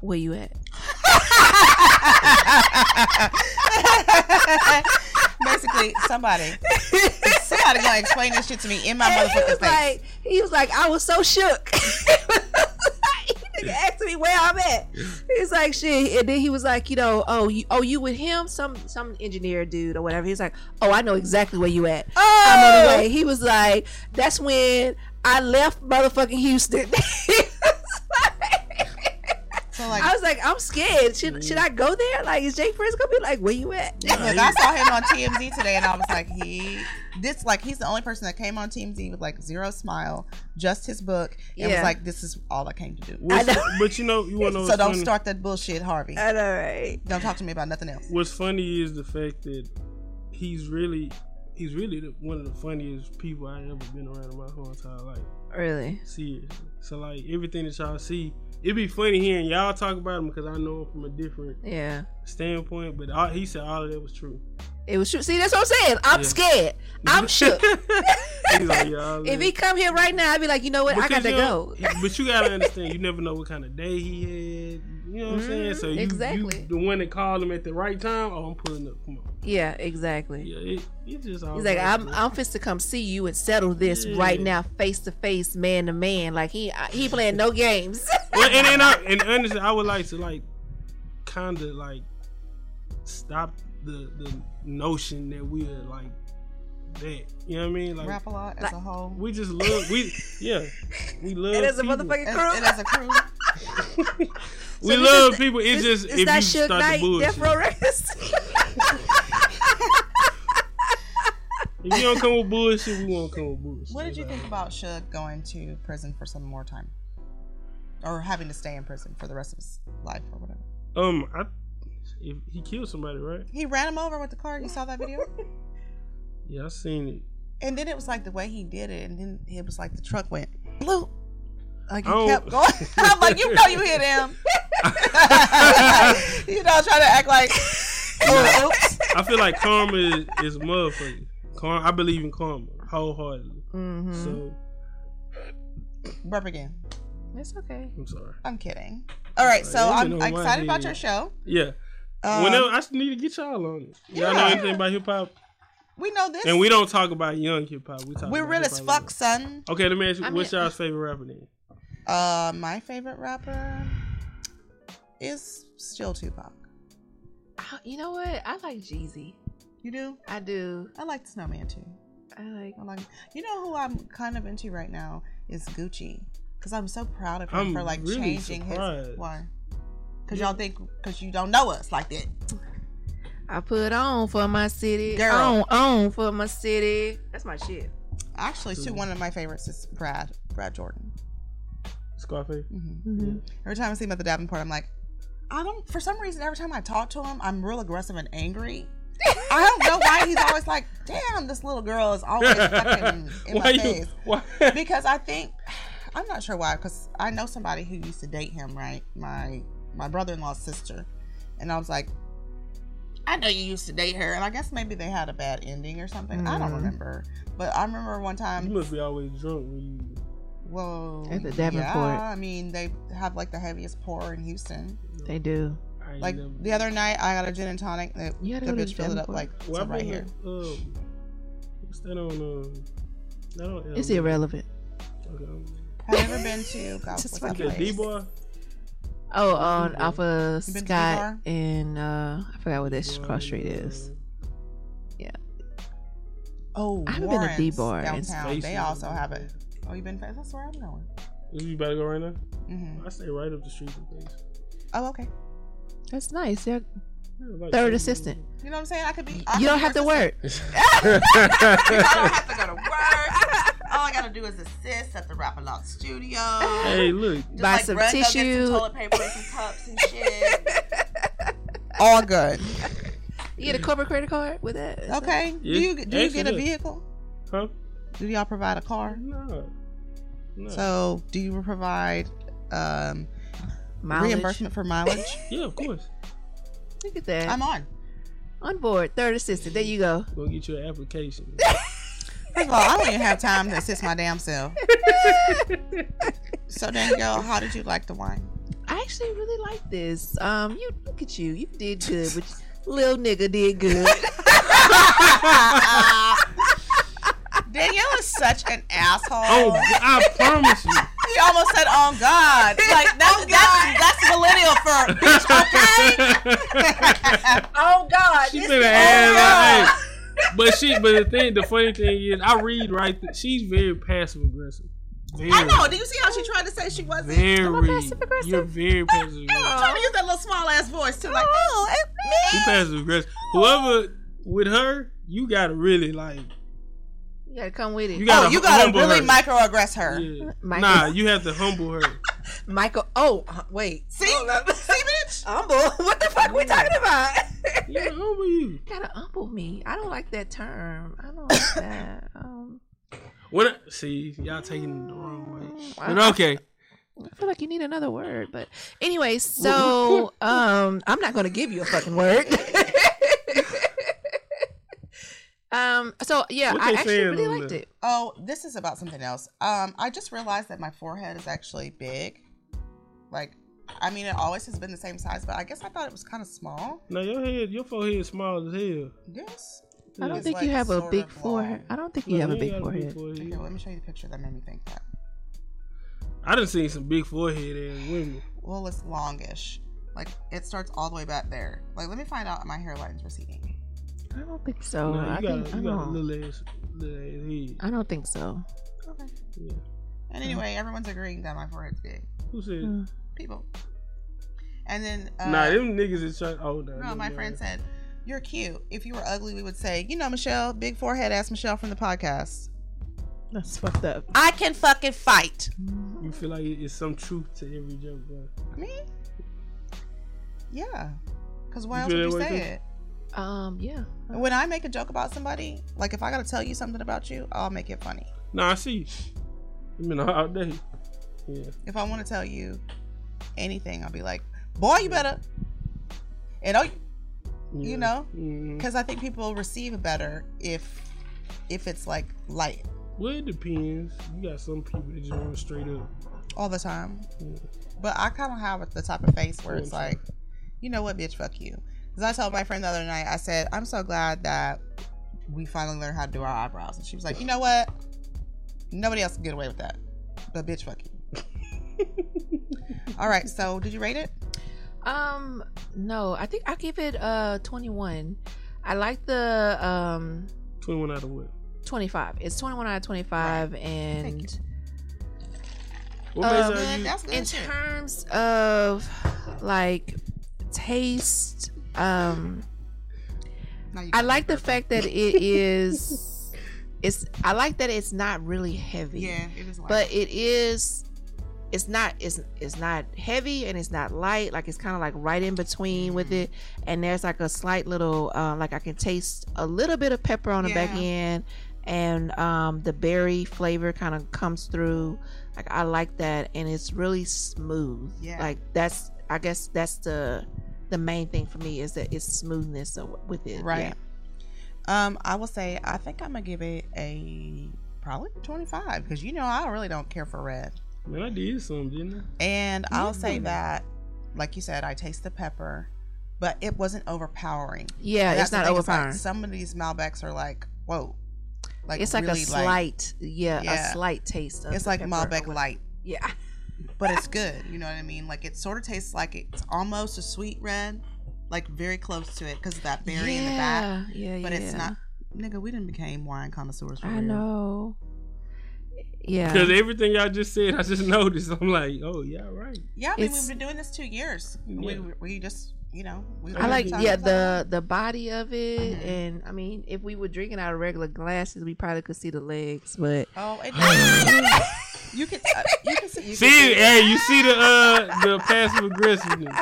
C: where you at
B: Basically, somebody, somebody gonna explain this shit to me in my
C: and he
B: motherfucking
C: was
B: face.
C: like he was like i was so shook he asked me where i'm at he's like shit and then he was like you know oh you oh you with him some some engineer dude or whatever he's like oh i know exactly where you at I'm on
B: Oh!
C: the way. He was like, that's when I left motherfucking Houston.
B: So like,
C: I was like, I'm scared. Should should I go there? Like, is Jay Prince gonna be like, where you at?
B: Look, I saw him on TMZ today, and I was like, he this like he's the only person that came on TMZ with like zero smile, just his book, and
C: Yeah.
B: was like, this is all I came to do.
D: What's-
C: know.
D: But you know, you want to know
B: So
D: what's
B: don't
D: funny?
B: start that bullshit, Harvey.
C: I know, right?
B: Don't talk to me about nothing else.
D: What's funny is the fact that he's really, he's really the, one of the funniest people I've ever been around in my whole entire life.
C: Really?
D: Seriously. So like everything that y'all see, it'd be funny hearing y'all talk about him because I know him from a different
C: Yeah.
D: standpoint. But all, he said all of that was true.
C: It was true. See, that's what I'm saying. I'm
D: Yeah.
C: scared. I'm shook.
D: He's like, yeah, all
C: if
D: that-
C: he come here right now, I'd be like, you know what? I
D: Because
C: gotta
D: you
C: go.
D: don't- But you gotta understand, you never know what kind of day he had. You know what I'm saying? So
C: Mhm,
D: you- you,
C: exactly.
D: the one that called him at the right time. Oh, I'm pulling up. Come on.
C: Yeah, exactly.
D: Yeah, it, it just all
C: He's like,
D: about
C: I'm
D: the-
C: I'm fist to come see you and settle this
D: Yeah.
C: right now, face to face, man to man. Like he he playing no games.
D: well, and and, I, and honestly, I would like to like kind of like stop the the notion that we're like that. You know what I mean? Like
B: Rap a lot as a whole,
D: we just love we yeah we love
C: and as a
D: people.
C: motherfucking
B: and,
C: crew.
B: and as a crew.
D: we
C: So this
D: love
C: is-
D: people. It's
C: this-
D: just
C: it's
D: if you
C: that
D: start
C: Suge
D: the
C: Knight,
D: bullshit.
C: Death Row Records.
D: If you don't come with bullshit, we won't come with bullshit.
B: What did you think about Suge going to prison for some more time, or having to stay in prison for the rest of his life or whatever?
D: Um, I if he killed somebody, right?
B: He ran him over with the car. You saw that video?
D: Yeah, I seen it.
B: And then it was like the way he did it, and then it was like the truck went bloop. Like he
D: I don't-
B: kept going. I'm like, you know, you hit him. you know, trying to act like. oh, oops.
D: I feel like karma is, is motherfucker. Karma, I believe in karma wholeheartedly.
C: Mhm.
D: So
B: Burp again.
C: It's okay.
D: I'm sorry.
B: I'm kidding. All right, so
D: Like,
B: I'm
D: you know, my
B: excited about
D: head.
B: your show.
D: Yeah.
B: Um,
D: Whenever I should need to get y'all on it. Y'all know
B: Yeah.
D: anything about hip hop?
B: we know this.
D: And we don't talk about young hip hop. We talk.
B: We're
D: about
B: real
D: hip-hop
B: as
D: like
B: fuck,
D: that.
B: son.
D: Okay, let me ask you.
C: I
D: what's
C: mean-
D: y'all's favorite rapper then?
B: Uh, my favorite rapper is still Tupac.
C: I- You know what? I like Jeezy.
B: You do?
C: I do.
B: I like the Snowman too.
C: I like.
B: I like. You know who I'm kind of into right now is Gucci, because I'm so proud of him
D: I'm
B: for like
D: really
B: changing his.
D: surprised.
B: Why? Because y'all think because you don't know us like that.
C: I put on for my city.
B: Girl.
C: On on for my city. That's my shit.
B: Actually, too,
D: Who?
B: one of my favorites is Brad Brad Jordan.
D: Scarface.
B: hmm
C: Mm-hmm.
B: Every time I see him at the Davenport, I'm like, I don't. For some reason, every time I talk to him, I'm real aggressive and angry. I don't know why he's always like, damn, this little girl is always fucking in
D: why
B: my
D: you?
B: face.
D: Why?
B: because I think I'm not sure why. Because I know somebody who used to date him, right? My my brother-in-law's sister, and I was like, I know you used to date her, and I guess maybe they had a bad ending or something. I don't
C: Mhm.
B: remember, but I remember one
D: you
B: time.
D: must be always drunk when
B: Whoa,
C: At the Davenport.
B: Yeah, I mean, they have like the heaviest pour in Houston.
C: They do.
D: you. I ain't
B: Like
D: never-
B: the other night, I got a gin and tonic. The,
C: You had to
B: the
C: go to
B: bitch filled it up
C: Davenport.
B: like
D: Well,
B: to
D: I've
B: right
D: been
B: here.
D: to, Um, what's that on? Um, that on
C: It's
D: um,
C: irrelevant.
D: Okay, um,
B: I've never been to God,
C: Just
B: what's that
C: fucking-
D: Okay,
B: place?
D: D boy.
C: Oh, on off of
B: You been to the
C: Scott
B: bar?
C: and uh I forgot what this cross street is.
B: Oh,
C: I haven't been to
B: Warren's
C: D-Bar. It's
B: downtown. They also have it. Oh, you been fast? That's where I'm going.
D: You better go right now.
B: hmm
D: I stay right up the street from things.
B: Oh, okay.
C: That's nice. They're-
D: Yeah, like
C: Third
D: seven
C: assistant.
B: You know what I'm saying? I could be. I
C: You don't
B: could
C: have to
B: work
C: work.
D: minutes.
B: I don't have to go to work. All I gotta do is assist at the Rapalot studio.
D: hey, look.
B: Just,
C: Buy some
B: run, go get
C: tissue.
B: some toilet paper, and some cups, and shit. All good.
C: You get a corporate credit card with that.
B: Okay.
D: Yeah,
B: Do you do you
D: actually
B: get a
D: look.
B: vehicle?
D: Huh?
B: Do y'all provide a car?
D: No. No.
B: So do you provide um,
C: Mileage.
B: reimbursement for mileage?
D: yeah, of course.
C: Look at that.
B: I'm on.
C: on board. Third assistant. There you go.
D: Go get your application.
B: First of all, I don't even have time to assist my damn self. so Danielle, how did you like the wine?
C: I actually really like this. Um, you look at you. You did good, but little nigga did good.
B: Danielle is such an asshole.
D: oh, I promise you.
B: He almost said, "On God," like that's that's, that's millennial for bitch.
F: Oh God,
D: she
F: this
D: been an
F: is-
D: ass. like, but she, but the thing, the funny thing is, I read right. Th- she's very passive aggressive. Very,
B: I know. Do you see how she tried to say she wasn't?
D: very.
C: passive aggressive?
D: You're very passive. aggressive.
B: Trying to use that little small ass voice too, like, "Oh, it's
D: She
B: me."
D: passive aggressive. Whoever with her, you gotta really like.
C: You gotta come with it.
D: You gotta,
B: Oh, you gotta
D: humble
B: really
D: her.
B: microaggress her.
D: Yeah.
C: Michael.
D: Nah, you have to humble her.
C: Michael. Oh, uh, wait.
B: See, see, bitch.
C: Humble. What the fuck we talking about?
D: Yeah, humble you.
C: gotta humble me. I don't like that term. I don't like that. Um,
D: When I, see y'all taking it the wrong way,
C: I-
D: but okay.
C: I feel like you need another word, but anyway, so um I'm not gonna give you a fucking word. um so yeah,
D: What
C: I
D: they
C: actually
D: saying
C: really
D: on
C: liked
D: the-
C: it.
B: Oh, this is about something else. Um, I just realized that my forehead is actually big. Like, I mean, it always has been the same size, but I guess I thought it was kind of small.
D: Now your head, your forehead small as hell.
B: Yes.
C: I don't
D: Yeah.
B: It's
C: think
B: like
C: you have a
B: sort
C: big
B: of
D: um,
C: forehead. I
B: long.
C: don't think you
D: Look,
C: have a
D: ain't
C: big
D: got
C: forehead.
B: Okay, well, let me show you the picture that made me think that.
D: I done seen some big forehead ass women.
B: Well, it's longish. Like, it starts all the way back there. Like, let me find out if my hairline's receding.
C: I don't think so. Oh,
D: Nah,
C: I,
D: you got,
C: think, I,
D: you got a
C: don't,
D: little ass, little ass head.
C: I don't think so.
B: Okay.
D: Yeah.
B: And anyway, everyone's agreeing that my forehead's big.
D: Who said?
C: Mm.
B: People. And then. Uh,
D: nah, them niggas is trying. Oh no.
B: No, my friend said, "You're cute. If you were ugly, we would say, you know, Michelle, big forehead ass Michelle from the podcast.
C: That's fucked up.
B: I can fucking fight.
D: You feel like it- it's some truth to every joke, bro.
B: Me? Yeah. Cause
D: You
B: why else
D: feel
B: would you
D: that way
B: say
D: too?
B: it?
C: Um, yeah.
B: When I make a joke about somebody, like if I gotta tell you something about you, I'll make it funny.
D: Nah, I see. I mean, all day. Yeah.
B: If I want to tell you anything, I'll be like, boy, you better. And oh,
D: yeah.
B: You know?
D: Mhm.
B: because I think people receive it better if if it's like light
D: Well, it depends. You got some people that just want to straight up.
B: all the time.
D: Yeah.
B: But I kind of have the type of face where it's
D: Yeah, I'm
B: like, you know what, bitch, fuck you. Because I told my friend the other night, I said, I'm so glad that we finally learned how to do our eyebrows. And she was like, you know what? Nobody else can get away with that. But bitch, fuck you. All right, so did you rate it?
C: Um, no, I think I'll give it uh 21. I like the um
D: 21 out of what?
C: 25. It's 21 out of 25 and
D: What
C: Uh,
D: made y'all
B: Good,
D: use-
B: Um, that's
C: in
B: good. shit.
C: terms of like taste um
B: Now you
C: i
B: can
C: like the
B: burp.
C: fact that it is it's i like that it's not really heavy
B: Yeah, it is. Light.
C: but it is it's not it's it's not heavy and it's not light like it's kind of like right in between with
B: Mhm.
C: it and there's like a slight little uh, like i can taste a little bit of pepper on the back
B: Yeah.
C: end and um the berry flavor kind of comes through like i like that and it's really smooth
B: Yeah.
C: like that's i guess that's the the main thing for me is that it's smoothness of- with it
B: Right. Um, I will say I think I'm gonna give it a probably 25 because you know I really don't care for red.
D: Man, I did something, didn't
B: And I'll say
C: Mm.
D: Yeah.
B: that, like you said, I taste the pepper, but it wasn't overpowering.
C: yeah, yeah
B: That's
C: it's
B: the
C: not
B: thing, like,
C: overpowering
B: some of these Malbecs are like, whoa, like
C: it's like
B: really
C: a slight, yeah,
B: Yeah.
C: a slight taste. Of
B: it's
C: the
B: like
C: pepper
B: Malbec
C: or what-
B: light,
C: Yeah,
B: but it's good. You know what I mean? Like it sort of tastes like it's almost a sweet red, like very close to it because of that berry in the back.
C: Yeah, Yeah,
B: But it's
C: yeah.
B: not. Nigga, we didn't became wine connoisseurs. For
C: I
B: real.
C: know.
E: Yeah.
D: Because everything I just said, I just noticed. I'm like, oh yeah, right.
B: Yeah, I mean,
E: It's-
B: we've been doing this two years. We,
D: Yeah.
B: we- we just, you know, we
E: I like
B: talking
E: yeah
B: about
E: the the body of it,
B: Mhm.
E: and I mean, if we were drinking out of regular glasses, we probably could see the legs. But
B: it. Oh, it, you can uh, you can see.
D: See, hey, you see the uh the passive aggressiveness.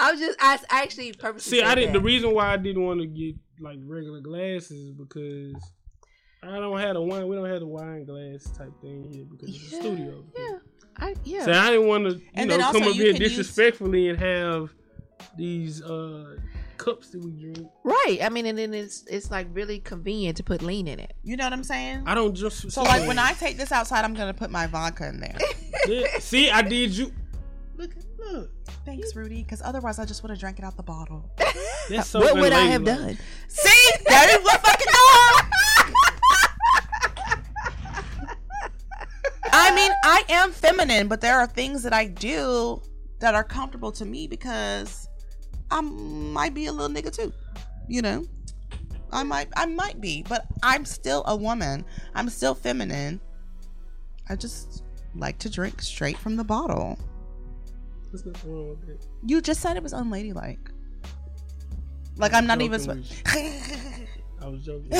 E: I was just I s- actually purposely
D: See, I
E: said
D: didn't. The
E: that.
D: reason why I didn't want to get like regular glasses is because I don't have a wine. We don't have the wine glass type thing here because it's a
E: Yeah,
D: studio.
E: yeah, I yeah.
D: So I didn't want to, you
B: And
D: know,
B: then also
D: come up
B: you
D: here
B: can use-
D: disrespectfully and have these uh cups that we drink.
E: Right. I mean, and then it's it's like really convenient to put lean in it.
B: You know what I'm saying?
D: I don't just
B: So like when I take this outside, I'm gonna put my vodka in there.
D: Yeah, see, I did you. Look, look.
B: Thanks, Rudy, because otherwise I just would have drank it out the bottle.
D: That's so
E: what would I have
D: unladylike.
E: done?
B: See, that is what fucking dog. I mean, I am feminine, but there are things that I do that are comfortable to me because I might be a little nigga too. You know, I might, I might be, but I'm still a woman. I'm still feminine. I just like to drink straight from the bottle.
D: What's not wrong with that?
B: You just said it was unladylike. Like I'm not
D: Joking
B: even.
D: with you.
B: sp-
D: I was joking.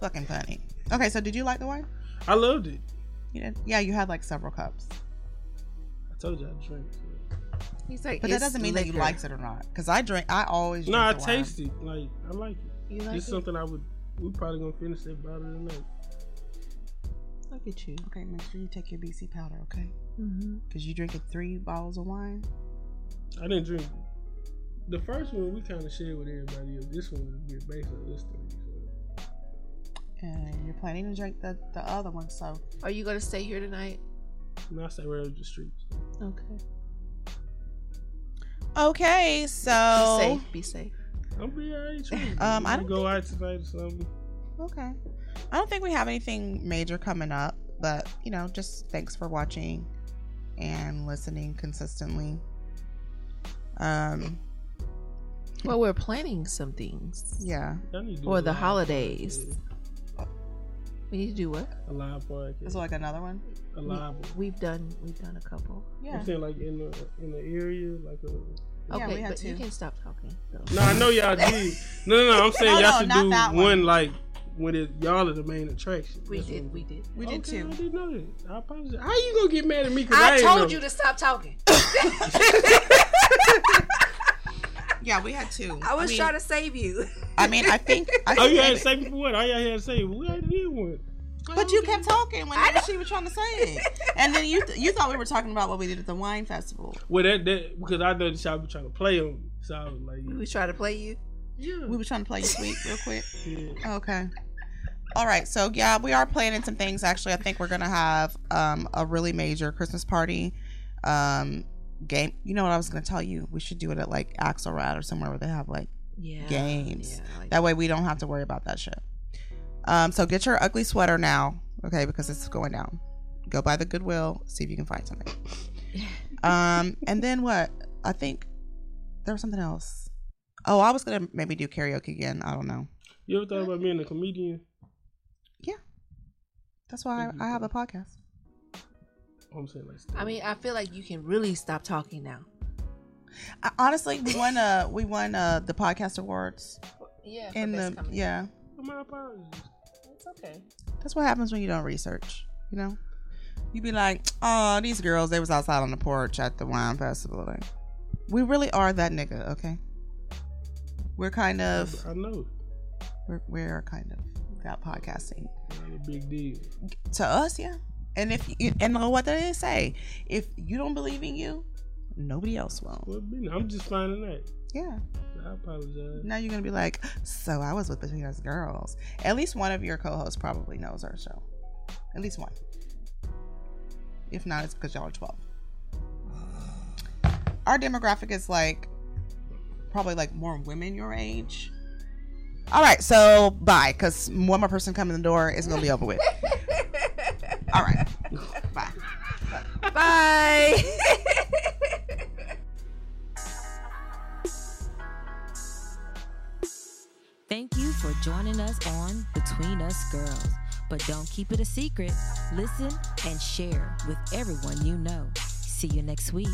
B: Fucking funny. Okay, so did you like the wine?
D: I loved it.
B: You did? Yeah, you had like several cups.
D: I told you I drank. so.
E: He's like,
B: But that
E: it's
B: doesn't mean that you
E: liquor.
B: liked it or not. Because I drink, I always drink.
D: No, I
B: the wine.
D: tasted. Like I like it.
E: You
D: It's
E: like it?
D: something I would. We probably gonna finish that bottle tonight.
E: Look at you.
B: Okay, make sure you take your BC powder, okay?
E: Mm-hmm.
B: Because you drinking three bottles of wine.
D: I didn't drink. The first one we kind of shared with everybody else. This one would get based on this thing. So.
B: And you're planning to drink the, the other one, so.
E: Are you gonna stay here tonight?
D: And I stay right up the street.
E: Okay.
B: Okay,
E: Be safe. Be safe.
D: I'm be alright. too.
B: Um, I
D: We
B: don't
D: go out tonight or something.
B: Okay. I don't think we have anything major coming up, but you know, just thanks for watching and listening consistently. Um,
E: Well, we're planning some things.
B: yeah.
D: Y'all need to do
E: For
D: a
E: the
D: live
E: holidays.
D: podcast.
E: We need to do what?
D: A live podcast.
B: Is it like another one?
D: a live one.
E: We've done. We've done a couple.
D: I'm saying like in the in the area, like a.
E: Okay,
B: Yeah, we had
E: but you
B: two.
E: can stop talking. though.
D: No, I know y'all did. No, no, no. I'm saying
B: No,
D: y'all
B: no,
D: should
B: not
D: do
B: that
D: one.
B: one.
D: like when it, y'all are the main attraction.
E: We
D: That's
E: did.
D: what-
E: We did.
B: We
D: okay,
B: did
D: I
B: too.
D: didn't know that. I apologize. How you gonna get mad at me? 'cause
E: I
D: ain't
E: told
D: know?
E: you to stop talking.
B: Yeah, we had two.
E: I was
B: mean,
E: trying to save you.
B: I mean, I think. I
D: Oh,
B: think
D: you had to
B: maybe-
D: say for what? All y'all had to say. We already did one.
B: but you kept talking whenever she was trying to say it, and then you th- you thought we were talking about what we did at the wine festival.
D: Well, that, that because I know that y'all be trying to play on me, so I was like,
E: We was trying to play you.
D: yeah,
B: We were trying to play you sweet real quick.
D: yeah.
B: Okay. All right. So yeah, we are planning some things. Actually, I think we're gonna have um, a really major Christmas party um, game. You know what I was gonna tell you? We should do it at like Axelrad or somewhere where they have like
E: Yeah.
B: Games.
E: Yeah, like-
B: that way we don't have to worry about that shit. Um, so get your ugly sweater now, okay? Because it's going down. Go by the Goodwill, see if you can find something. um, and then what? I think there was something else. Oh, I was gonna maybe do karaoke again. I don't know.
D: You ever thought about being a comedian?
B: That's why I, I have a podcast.
D: Oh, I'm saying like,
E: I mean, I feel like you can really stop talking now.
B: I, honestly, we won uh we won uh the podcast awards
C: Yeah, for
B: in
C: best
B: the
C: comedy.
B: yeah.
D: my apologies.
C: It's okay.
B: That's what happens when you don't research. You know, you be like, oh, these girls they was outside on the porch at the wine festival. Like, we really are that nigga. Okay, we're kind of
D: I know.
B: we're, we're kind of about podcasting
D: Not a big deal.
B: to us, yeah. And if you, and know what they say, if you don't believe in you, nobody else will.
D: Well, been- I'm just finding out.
B: Yeah.
D: I apologize.
B: Now you're gonna be like, so I was with Between Us Girls. At least one of your co-hosts probably knows our show. At least one. If not, it's because y'all are 12. Our demographic is like probably like more women your age. All right, so bye, because one more person coming in the door is gonna be over with. All right, bye.
E: Bye.
A: Thank you for joining us on Between Us Girls. but don't keep it a secret. Listen and share with everyone you know. See you next week.